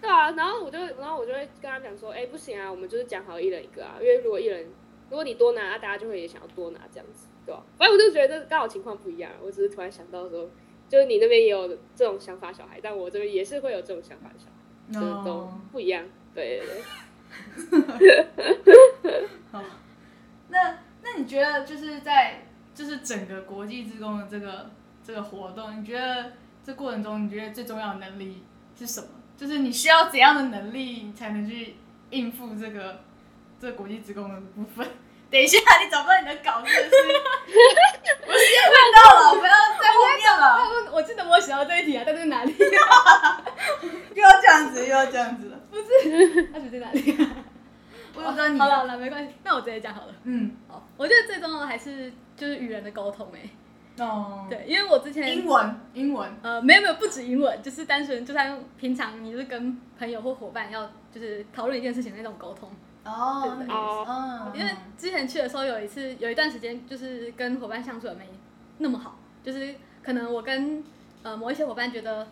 [SPEAKER 3] 对啊，然后我就，然后我就会跟他讲说，哎，不行啊，我们就是讲好一人一个啊，因为如果一人，如果你多拿，大家就会也想要多拿这样子，对吧、反正我就觉得刚好情况不一样，啊我只是突然想到说，就是你那边也有这种想法小孩，但我这边也是会有这种想法的小孩，就是都
[SPEAKER 2] 哦
[SPEAKER 3] 不一样。对对对，
[SPEAKER 2] 好，那那你觉得就是在就是整个国际职工的这个这个活动，你觉得这过程中你觉得最重要的能力是什么？就是你需要怎样的能力你才能去应付这个这个国际职工的部分？等一下，你找不到你的稿是不是？ (laughs) 我时间快到了，我们要在后面了，
[SPEAKER 4] (laughs) 我我记得我有写到这一题啊，但是哪里？
[SPEAKER 2] (laughs)
[SPEAKER 4] (laughs)
[SPEAKER 2] 又要这样子，又要这样子了。
[SPEAKER 4] 他写在哪里啊？
[SPEAKER 2] 我有找你啊
[SPEAKER 4] 好了好
[SPEAKER 2] 的，
[SPEAKER 4] 了，没关系，那我直接讲好了。
[SPEAKER 2] 嗯，
[SPEAKER 4] 好，哦我觉得最重要的还是就是与人的沟通哎、
[SPEAKER 2] 哦，，
[SPEAKER 4] 对，因为我之前
[SPEAKER 2] 英文，英文，
[SPEAKER 4] 呃，没有没有，不止英文，就是单纯就算平常你就是跟朋友或伙伴要就是讨论一件事情的那种沟通。
[SPEAKER 2] 哦，
[SPEAKER 4] 对
[SPEAKER 3] 哦，
[SPEAKER 2] 嗯，
[SPEAKER 4] 因为之前去的时候有一次有一段时间就是跟伙伴相处的没那么好，就是可能我跟呃某一些伙伴觉得。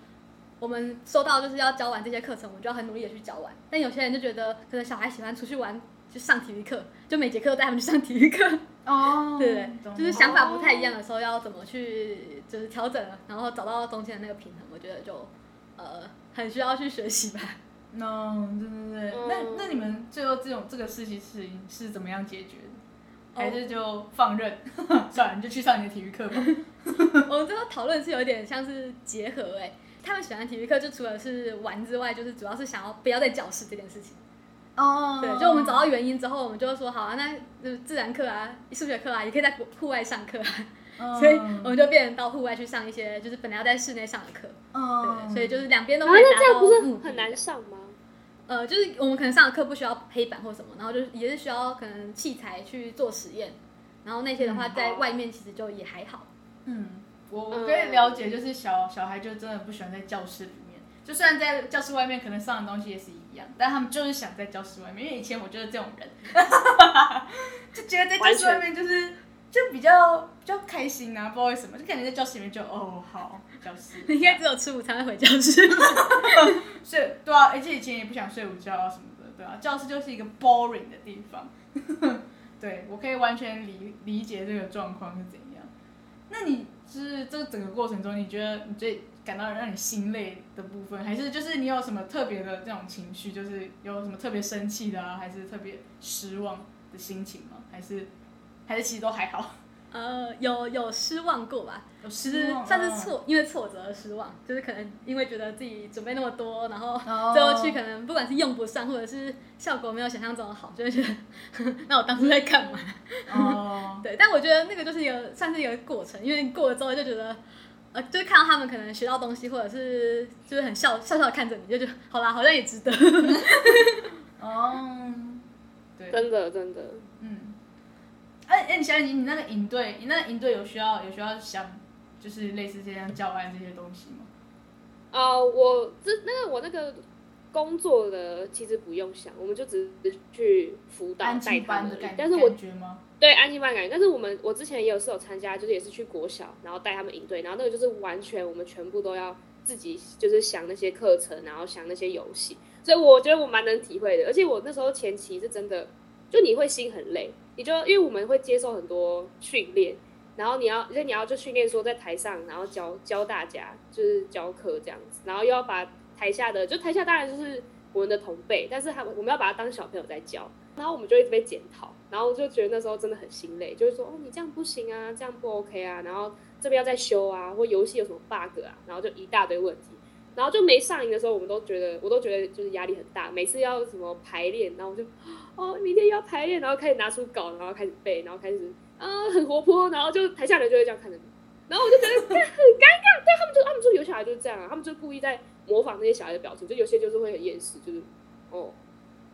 [SPEAKER 4] 我们收到就是要教完这些课程，我们就要很努力的去教完。但有些人就觉得，可能小孩喜欢出去玩，就上体育课，就每节课都带他们去上体育课。
[SPEAKER 2] 哦，
[SPEAKER 4] 对
[SPEAKER 2] 懂了
[SPEAKER 4] 就是想法不太一样的时候，要怎么去就是调整，然后找到中间的那个平衡，我觉得就呃很需要去学习吧。
[SPEAKER 3] (laughs)
[SPEAKER 2] No，对对对，
[SPEAKER 3] 嗯
[SPEAKER 2] 那那你们最后这种这个事情是是怎么样解决的？还是就放任， (laughs) 算了，你就去上你的体育课吧。
[SPEAKER 4] 我们最后讨论是有一点像是结合哎、他们喜欢体育课，就除了是玩之外，就是主要是想要不要在教室这件事情。
[SPEAKER 2] (laughs) 哦
[SPEAKER 4] 对，就我们找到原因之后，我们就会说好啊，那呃自然课啊、数学课啊，也可以在户户外上课啊，
[SPEAKER 3] 哦
[SPEAKER 2] 嗯
[SPEAKER 4] 所以我们就变成到户外去上一些就是本来要在室内上的课。
[SPEAKER 2] 嗯
[SPEAKER 4] 对，所以就是两边都
[SPEAKER 3] 然
[SPEAKER 4] 可
[SPEAKER 3] 后
[SPEAKER 4] 以
[SPEAKER 3] 哦啊那
[SPEAKER 4] 达
[SPEAKER 3] 这样
[SPEAKER 4] 到
[SPEAKER 3] 不是
[SPEAKER 4] 目的
[SPEAKER 3] 很难上吗？
[SPEAKER 4] 呃，就是我们可能上的课不需要黑板或什么，然后就是也是需要可能器材去做实验，然后那些的话
[SPEAKER 2] 嗯
[SPEAKER 4] 在
[SPEAKER 3] 哦
[SPEAKER 4] 外面其实就也还好。 (laughs)
[SPEAKER 2] 嗯，我我
[SPEAKER 3] 嗯
[SPEAKER 2] 可以了解，就是小小孩就真的不喜欢在教室里面，就算在教室外面可能上的东西也是一样，但他们就是想在教室外面，因为以前我就是这种人， (laughs) 就觉得在教室外面就是就比较比较开心啊，不知道为什么，就感觉在教室里面就哦好教室，
[SPEAKER 4] 应该只有吃午餐会回教室。 (laughs)
[SPEAKER 2] 睡对啊，而且以前也不想睡午觉啊什么的，对啊，教室就是一个 boring 的地方。 (laughs) 对，我可以完全理理解这个状况是怎样。那你就是这整个过程中，你觉得你最感到让你心累的部分，还是就是你有什么特别的这种情绪，就是有什么特别生气的啊，还是特别失望的心情吗？还是还是其实都还好？
[SPEAKER 4] 呃，有有失望过吧？
[SPEAKER 2] 有
[SPEAKER 4] 就
[SPEAKER 2] 失
[SPEAKER 4] 是
[SPEAKER 2] 望啊
[SPEAKER 4] 算是挫，因为挫折而失望，就是可能因为觉得自己准备那么多，然后
[SPEAKER 2] 哦
[SPEAKER 4] 最后去可能不管是用不上，或者是效果没有想象中的好，就会觉得 (laughs) 那我当初在干嘛？
[SPEAKER 2] 哦， (laughs)
[SPEAKER 4] 对，但我觉得那个就是一个算是一个过程，因为过了之后就觉得，呃，就是看到他们可能学到东西，或者是就是很笑笑笑地看着你，就觉得好啦，好像也值得。 (laughs)
[SPEAKER 2] 哦，对，
[SPEAKER 3] 真的真的，
[SPEAKER 2] 嗯，哎、哎、你小姐，你那个营队，你那个营队有需要有需要想，就是类似这样教案这些东西吗？
[SPEAKER 3] 啊，我这那个我那个工作的其实不用想，我们就只是去辅导
[SPEAKER 2] 安
[SPEAKER 3] 啊带
[SPEAKER 2] 静
[SPEAKER 3] 他
[SPEAKER 2] 班
[SPEAKER 3] 们
[SPEAKER 2] 的
[SPEAKER 3] 而已
[SPEAKER 2] 感，
[SPEAKER 3] 但是我
[SPEAKER 2] 感觉吗？
[SPEAKER 3] 对安静班感觉，但是我们我之前也有是有参加，就是也是去国小，然后带他们营队，然后那个就是完全我们全部都要自己就是想那些课程，然后想那些游戏，所以我觉得我蛮能体会的。而且我那时候前期是真的，就你会心很累，你就因为我们会接受很多训练，然后你要，而且你要就训练说在台上，然后教教大家，就是教课这样子，然后又要把台下的，就台下当然就是我们的同辈，但是他我们要把他当小朋友在教，然后我们就一直被检讨，然后就觉得那时候真的很心累，就是说哦你这样不行啊，这样不 OK 啊，然后这边要再修啊，或游戏有什么 bug 啊，然后就一大堆问题，然后就没上映的时候，我们都觉得我都觉得就是压力很大，每次要什么排练，然后我就哦明天又要排练，然后开始拿出稿，然后开始背，然后开始啊、很活泼，然后就台下人就会这样看着你，然后我就觉得 (laughs) 干很尴尬，但他们就他们就有小孩就是这样啊，他们就故意在模仿那些小孩的表情，就有些就是会很厌世，就是哦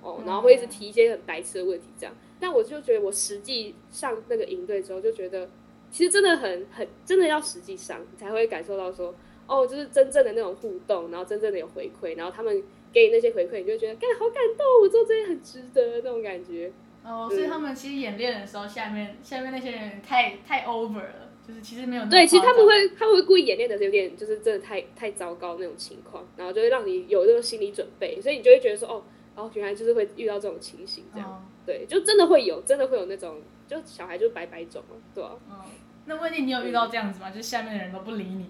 [SPEAKER 3] 哦，然后会一直提一些很白痴的问题这样，但我就觉得我实际上那个营队之后，就觉得其实真的很很真的要实际上你才会感受到说。哦，就是真正的那种互动，然后真正的有回馈，然后他们给你那些回馈，你就会觉得，干好感动，我做这些很值得那种感觉。
[SPEAKER 2] 哦，所以他们其实演练的时候，下面下面那些人太太 over 了，就是其实没有那么
[SPEAKER 3] 对，其实他
[SPEAKER 2] 夸
[SPEAKER 3] 们
[SPEAKER 2] 张
[SPEAKER 3] 会他们会故意演练的有点就是真的太太糟糕那种情况，然后就会让你有这种心理准备，所以你就会觉得说，哦，哦，原来就是会遇到这种情形，这样、
[SPEAKER 2] 哦
[SPEAKER 3] 对，就真的会有，真的会有那种，就小孩就是白白种嘛，对啊，
[SPEAKER 2] 嗯，那温蒂，你有遇到这样子吗？就是下面的人都不理你，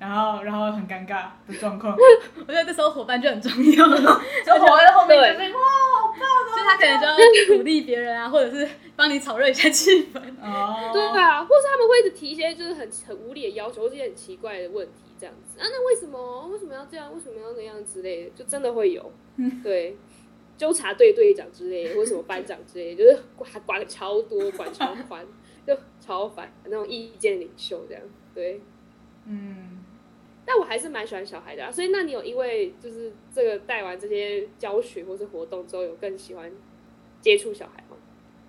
[SPEAKER 2] 然后然后很尴尬的状
[SPEAKER 3] (laughs)
[SPEAKER 2] 况，
[SPEAKER 4] 我觉得这时候伙伴就很重要， (laughs) 就
[SPEAKER 2] 然后我在后面就是哇，
[SPEAKER 3] (laughs)
[SPEAKER 4] 他可能就要鼓励别人啊，或者是帮你炒热一下气氛。
[SPEAKER 2] 哦，
[SPEAKER 3] 对？啊吧？或是他们会一直提一些就是很很无理的要求，或是一些很奇怪的问题这样子啊？那为什么为什么要这样？为什 (laughs) 么要那样之类的？就真的会有， (laughs) 对，纠察队队长之类的，或什么班长之类的，就是管管超多，管超宽，就超烦那种意见领袖这样，对。
[SPEAKER 2] 嗯，
[SPEAKER 3] 但我还是蛮喜欢小孩的、啊，所以那你有因为就是这个带完这些教学或是活动之后，有更喜欢接触小孩吗？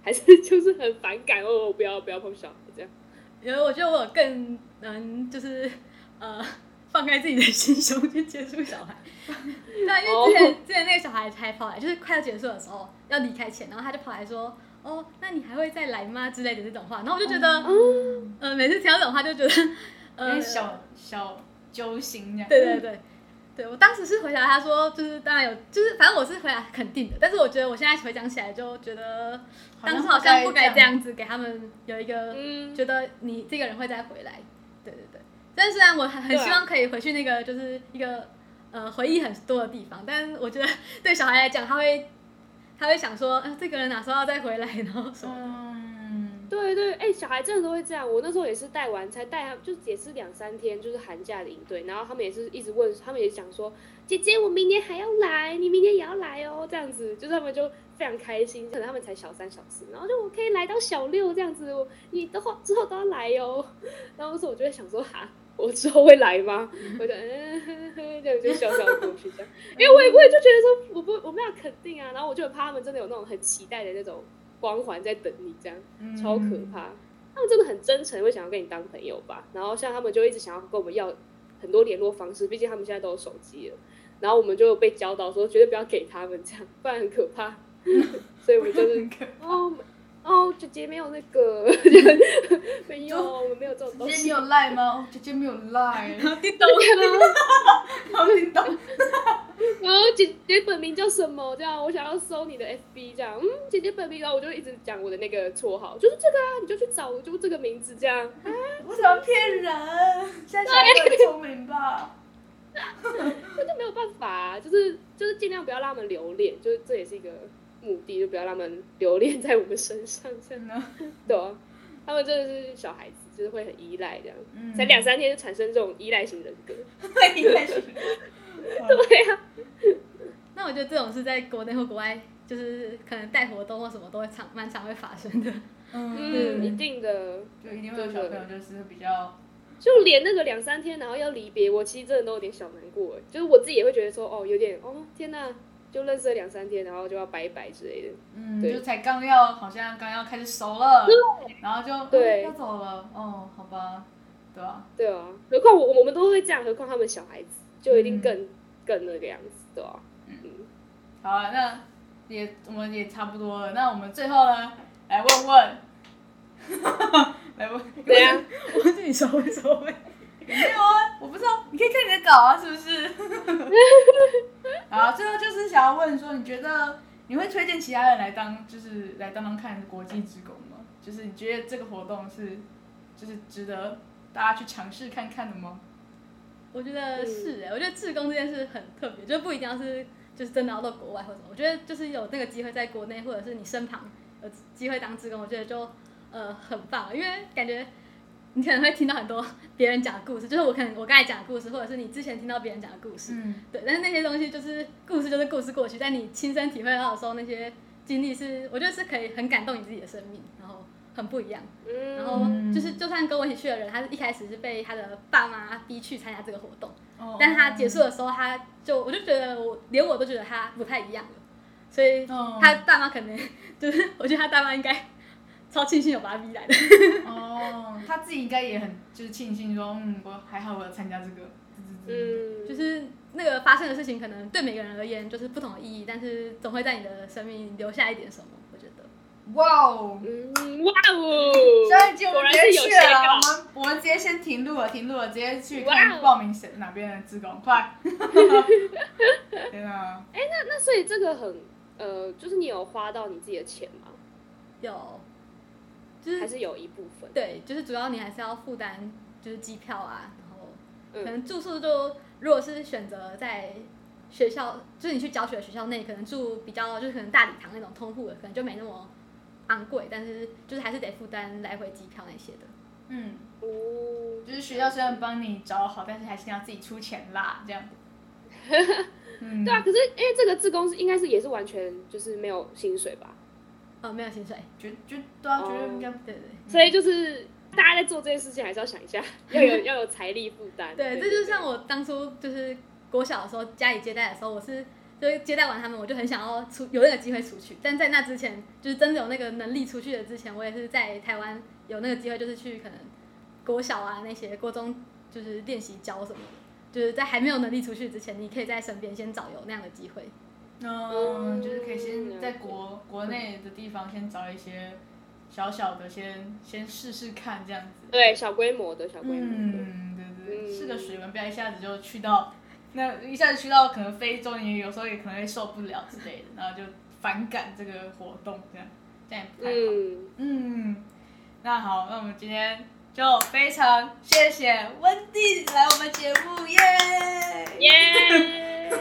[SPEAKER 3] 还是就是很反感哦，不要不要碰小孩这样？
[SPEAKER 4] 然后我觉得我有更能就是呃放开自己的心胸去接触 (laughs) 小孩。对，因为之前、哦之前那个小孩还跑来，就是快要结束的时候要离开前，然后他就跑来说：“哦，那你还会再来吗？”之类的这种话。然后我就觉得，呃，每次听到这种话就觉
[SPEAKER 2] 有
[SPEAKER 4] 得，
[SPEAKER 2] 点
[SPEAKER 4] (laughs) 呃，
[SPEAKER 2] 小小揪心这样，
[SPEAKER 4] 对对对，对我当时是回答他说，就是当然有，就是反正我是回答肯定的，但是我觉得我现在回想起来就觉得当时好像不该这样子给他们有一个
[SPEAKER 3] 嗯，
[SPEAKER 4] 觉得你这个人会再回来，对对对。但虽然我很很
[SPEAKER 3] 对啊
[SPEAKER 4] 希望可以回去那个就是一个呃回忆很多的地方，但我觉得对小孩来讲，他会他会想说，呃，这个人哪时候要再回来，然后什么的。
[SPEAKER 2] 嗯，
[SPEAKER 3] 对对，哎、小孩真的都会这样。我那时候也是带完才带他，就也是两三天，就是寒假的营队，然后他们也是一直问，他们也想说，姐姐，我明年还要来，你明年也要来哦，这样子，就是他们就非常开心，可能他们才小三小四，然后就我可以来到小六这样子，我你的话之后都要来哦。 (laughs) 然后那时候我就在想说，哈。我之后会来吗？ (laughs) 我就嗯， (laughs) 呵呵这样就笑笑地过去这样，因为我也我也就觉得说，我不我没有肯定啊，然后我就很怕他们真的有那种很期待的那种光环在等你这样，
[SPEAKER 2] 嗯
[SPEAKER 3] 超可
[SPEAKER 2] (laughs)
[SPEAKER 3] 怕。他们真的很真诚，会想要跟你当朋友吧。然后像他们就一直想要跟我们要很多联络方式，毕竟他们现在都有手机了。然后我们就被教导说，绝对不要给他们这样，不然很可怕。
[SPEAKER 2] (laughs)
[SPEAKER 3] 所以我们就是
[SPEAKER 2] 很可
[SPEAKER 3] 哦哦，姐姐没有那个， (laughs) 就是没有，我们没有这种东
[SPEAKER 2] 姐姐你
[SPEAKER 3] 西。 (laughs)
[SPEAKER 2] 有赖 (laughs) 吗？哦姐姐没有赖，
[SPEAKER 4] 叮咚，
[SPEAKER 2] 然后叮咚，
[SPEAKER 3] 然后姐姐本名叫什么？这样，我想要搜你的 FB，这样，嗯，姐姐本名，然后我就一直讲我的那个绰号，就是这个啊，你就去找，就这个名字这样。
[SPEAKER 2] 为什么骗人？现在小孩很聪明吧？
[SPEAKER 3] 那就没有办法、啊，就是就是尽量不要让他们留恋，就是这也是一个目的，就不要让他们 (laughs) 留恋在我们身上，这
[SPEAKER 2] 真
[SPEAKER 3] 样
[SPEAKER 2] 的，
[SPEAKER 3] 对啊？他们真的是小孩子，就是会很依赖这样，
[SPEAKER 2] 嗯，
[SPEAKER 3] 才两三天就产生这种依赖型人格。
[SPEAKER 2] 对，应该是，
[SPEAKER 3] 对啊，
[SPEAKER 4] 那我觉得这种是在国内或国外，就是可能带活动或什么都会常蛮常会发生的。
[SPEAKER 3] 嗯，一
[SPEAKER 2] 嗯，
[SPEAKER 3] 定的。
[SPEAKER 2] 就一定会有小朋友就是比较，
[SPEAKER 3] 就连那个两三天，然后要离别，我其实真的都有点小难过，欸就是我自己也会觉得说，哦，有点，哦，天哪，就认识了两三天，然后就要拜拜之类的。
[SPEAKER 2] 嗯，
[SPEAKER 3] 对
[SPEAKER 2] 就才刚要好像刚要开始熟了，然后就
[SPEAKER 3] 对
[SPEAKER 2] 嗯要走了，哦，好吧，对吧？
[SPEAKER 3] 对啊，何况我我们都会这样，何况他们小孩子，就一定更、更那个样子，对啊？
[SPEAKER 2] 好啊，那也我们也差不多了，那我们最后呢，来问问， (laughs) 来问，
[SPEAKER 3] 对啊。
[SPEAKER 4] 我 (laughs) 自己收一收尾。
[SPEAKER 2] 没有啊，我不知道，你可以看你的稿啊，是不是？ (laughs) 好，最后就是想要问说，你觉得你会推荐其他人来当，就是来当当看国际职工吗？就是你觉得这个活动是就是值得大家去尝试看看的吗？
[SPEAKER 4] 我觉得是哎、我觉得志工这件事很特别，就不一定要是就是真的要到国外或什么，我觉得就是有那个机会在国内或者是你身旁有机会当志工，我觉得就呃很棒，因为感觉你可能会听到很多别人讲的故事，就是我可能我刚才讲的故事，或者是你之前听到别人讲的故事，
[SPEAKER 2] 嗯，
[SPEAKER 4] 对，但是那些东西就是故事，就是故事过去，但你亲身体会到的时候，那些经历是，我觉得是可以很感动你自己的生命，然后很不一样。
[SPEAKER 3] 嗯，
[SPEAKER 4] 然后就是，就算跟我一起去的人，他一开始是被他的爸妈逼去参加这个活动，
[SPEAKER 2] 哦
[SPEAKER 4] 但他结束，的时候，他就我就觉得我连我都觉得他不太一样了，所以
[SPEAKER 2] 哦
[SPEAKER 4] 他爸妈可能就是，我觉得他爸妈应该超庆幸有把他逼来的。
[SPEAKER 2] 哦，他自己应该也很就是庆幸说，嗯，我还好我有参加这个，嗯，
[SPEAKER 3] 嗯，
[SPEAKER 4] 就是那个发生的事情，可能对每个人而言就是不同的意义，但是总会在你的生命留下一点什么。我觉得，
[SPEAKER 2] 哇哦。
[SPEAKER 3] 嗯，哇哦，
[SPEAKER 2] 下一集我
[SPEAKER 3] 果
[SPEAKER 2] 们
[SPEAKER 3] 然
[SPEAKER 2] 直接
[SPEAKER 3] 是有
[SPEAKER 2] 去
[SPEAKER 3] 些
[SPEAKER 2] 了，
[SPEAKER 3] 高
[SPEAKER 2] 我，们我们直接先停录了，停录了，直接去
[SPEAKER 3] 哇
[SPEAKER 2] 看
[SPEAKER 3] 哦
[SPEAKER 2] 报名谁哪边的职工， (laughs) 快！天啊，
[SPEAKER 3] 那所以这个很呃，就是你有花到你自己的钱吗？
[SPEAKER 4] 有，就是
[SPEAKER 3] 还是有一部分？
[SPEAKER 4] 对，就是主要你还是要负担就是机票啊，然后
[SPEAKER 3] 嗯
[SPEAKER 4] 可能住宿就如果是选择在学校，就是你去教学的学校内，可能住比较就是可能大礼堂那种通户的，可能就没那么昂贵，但是就是还是得负担来回机票那些的。
[SPEAKER 2] 嗯，
[SPEAKER 3] 哦，
[SPEAKER 2] 就是学校虽然帮你找好，但是还是要自己出钱啦，这样。 (laughs) 嗯，
[SPEAKER 3] 对啊，可是因为这个自工是应该是也是完全就是没有薪水吧，
[SPEAKER 4] 呃，没有薪水，
[SPEAKER 2] 绝绝对啊，
[SPEAKER 3] 哦
[SPEAKER 2] 绝对应该
[SPEAKER 4] 对对。
[SPEAKER 3] 所以就是大家在做这件事情还是要想一下，要有要有财力负担。
[SPEAKER 4] 对，这就像我当初就是国小的时候，家里接待的时候，我是就是接待完他们，我就很想要出有那个机会出去。但在那之前，就是真的有那个能力出去的之前，我也是在台湾有那个机会，就是去可能国小啊那些国中就是练习教什么的。就是在还没有能力出去之前，你可以在身边先找有那样的机会。
[SPEAKER 2] 嗯，就是可以先在国国内的地方先找一些小小的先先试试看这样子。
[SPEAKER 3] 对小规模的小规模的，
[SPEAKER 2] 嗯，对对，
[SPEAKER 3] 嗯
[SPEAKER 2] 对，试个水温，不要一下子就去到那一下子去到可能非洲，你有时候也可能会受不了之类的，然后就反感这个活动，这样这样也不太好。
[SPEAKER 3] 嗯，
[SPEAKER 2] 嗯，那好，那我们今天就非常谢谢温蒂来我们节目，耶！
[SPEAKER 3] 耶，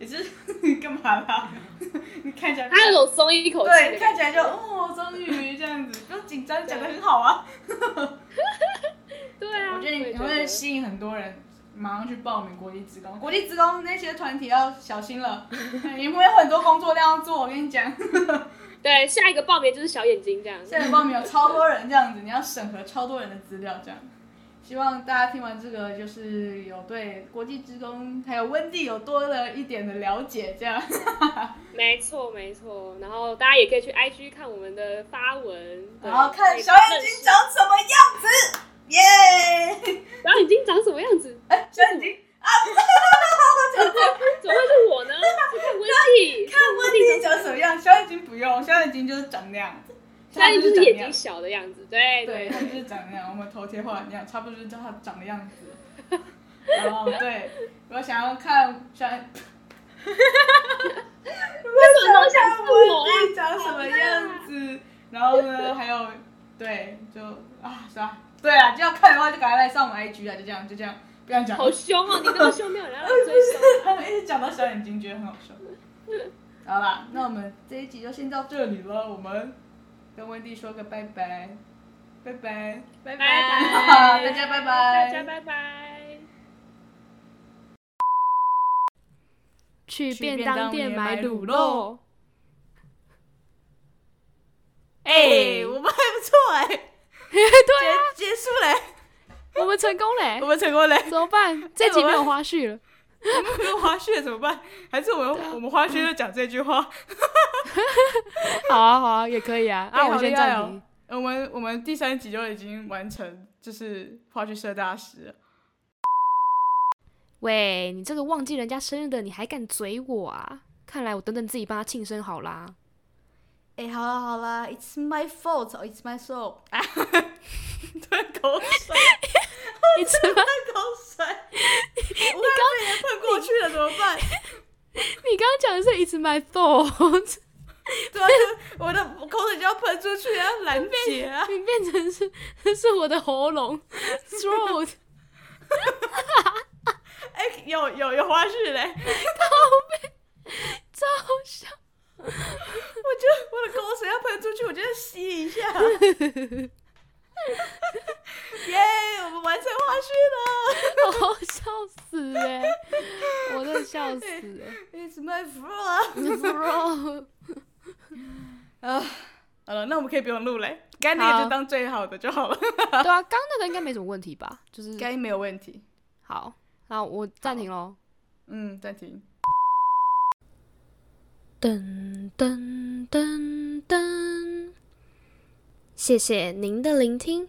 [SPEAKER 2] 也是 (laughs) 你干嘛啦？ (laughs) 你看起来
[SPEAKER 3] 他有种松一口气
[SPEAKER 2] 对，
[SPEAKER 3] 的
[SPEAKER 2] 看
[SPEAKER 3] 感
[SPEAKER 2] 起
[SPEAKER 3] 觉。
[SPEAKER 2] 来就哦，终于这样子，不用紧张，讲的很好啊。
[SPEAKER 3] 对啊，
[SPEAKER 2] 我觉得你
[SPEAKER 3] 也
[SPEAKER 2] 你会吸引很多人马上去报名国际职工，国际职工那些团体要小心了，你们会有很多工作量要做。我跟你讲，
[SPEAKER 3] 对，下一个报名就是小眼睛这样。
[SPEAKER 2] 现在报名有超多人这样子，你要审核超多人的资料这样。希望大家听完这个，就是有对国际职工还有温蒂有多了一点的了解，这样。
[SPEAKER 3] 没错没错，然后大家也可以去 IG 看我们的发文，对
[SPEAKER 2] 然后看小眼睛，长什么样子，耶、
[SPEAKER 3] 可以认识小眼睛长什么样子？
[SPEAKER 2] 哎，小眼睛，
[SPEAKER 3] 怎么会是我呢？是看温蒂，
[SPEAKER 2] (laughs)
[SPEAKER 3] 看
[SPEAKER 2] 温蒂长什么样？小眼睛不用，小眼睛就是长那样。
[SPEAKER 3] 小眼睛
[SPEAKER 2] 就
[SPEAKER 3] 就是
[SPEAKER 2] 长
[SPEAKER 3] 是眼
[SPEAKER 2] 那样
[SPEAKER 3] 睛小的样子，对
[SPEAKER 2] 对，他就是长那样，我们头贴画一样，差不多就是他长的样子。然后对，如果想要看 (laughs) 想，如果想要看
[SPEAKER 3] 啊
[SPEAKER 2] (laughs) 文帝长什么样子，然后呢还有对就啊是吧？对啊，就要看的话就赶快来上我们 IG 啊，就这样就这样，不想讲了
[SPEAKER 3] 好，凶哦！你那么凶，没有人要来追凶。
[SPEAKER 2] 他们一直讲到小眼睛，觉得很好笑。好啦，那我们这一集就先到这里了，我们跟温蒂说个拜拜，拜拜，
[SPEAKER 4] 拜
[SPEAKER 3] 拜拜
[SPEAKER 2] (laughs) 大家 (laughs) 拜拜，
[SPEAKER 3] 大家拜拜。
[SPEAKER 1] 去
[SPEAKER 2] 去便当店买卤肉。
[SPEAKER 1] 哎、
[SPEAKER 5] 哎、我们还不错 (laughs) 哎、
[SPEAKER 1] 对啊，
[SPEAKER 5] 结结束嘞、
[SPEAKER 1] 我们成功了欸、
[SPEAKER 5] 我们成功嘞、
[SPEAKER 1] 怎么
[SPEAKER 2] (laughs)
[SPEAKER 1] 办？这集没有花絮了。
[SPEAKER 5] 我们没有花絮怎么办？还是我们我们花絮就讲这句话？
[SPEAKER 1] 好啊，好啊，也可以啊。啊，
[SPEAKER 2] 哎
[SPEAKER 5] 对
[SPEAKER 1] 我
[SPEAKER 5] 好
[SPEAKER 1] 先
[SPEAKER 5] 厉害
[SPEAKER 1] 暂
[SPEAKER 5] 哦
[SPEAKER 1] 停。
[SPEAKER 5] 我们我们第三集就已经完成，就是花絮社大师了。
[SPEAKER 1] 喂，你这个忘记人家生日的，你还敢嘴我啊？看来我等等自己帮他庆生好啦。 (laughs)
[SPEAKER 5] 哎、好了好了，It's my fault, oh, it's my soul。吞口 (laughs) 水，
[SPEAKER 1] 你怎么？
[SPEAKER 5] 吞口水，我刚被人吞过去了，怎么办？
[SPEAKER 1] 你刚刚讲的是 "It's my fault"，
[SPEAKER 2] 对啊，我的口水就要喷出去啊，拦截啊！
[SPEAKER 1] (laughs) 你变成是是我的喉咙 throat，
[SPEAKER 2] 哎、有有有花絮 (laughs) 嘞！
[SPEAKER 1] 超笑。
[SPEAKER 2] (laughs) 我就我的口水要喷出去，我就要吸一下。 (laughs) 耶我们完成花絮了。
[SPEAKER 1] 我笑死哎、我真的笑死
[SPEAKER 2] (laughs)
[SPEAKER 1] 哎、
[SPEAKER 2] It's my floor。
[SPEAKER 1] Bro，
[SPEAKER 2] 啊，好了，那我们可以不用录嘞，该
[SPEAKER 1] 那个就
[SPEAKER 2] 那个就当最好的就好了，
[SPEAKER 1] 对啊，刚那个应该没什么问题吧？就是
[SPEAKER 2] 该没有问题。
[SPEAKER 1] 好，那我暂停喽。
[SPEAKER 2] 嗯，暂停。
[SPEAKER 1] 噔噔噔噔，谢谢您的聆听。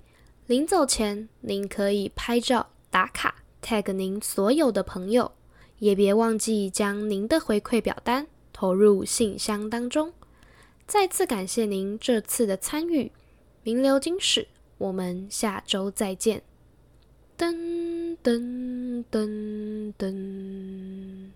[SPEAKER 1] 临走前，您可以拍照打卡，tag 您所有的朋友，也别忘记将您的回馈表单投入信箱当中。再次感谢您这次的参与，名流金史，我们下周再见。噔噔噔噔。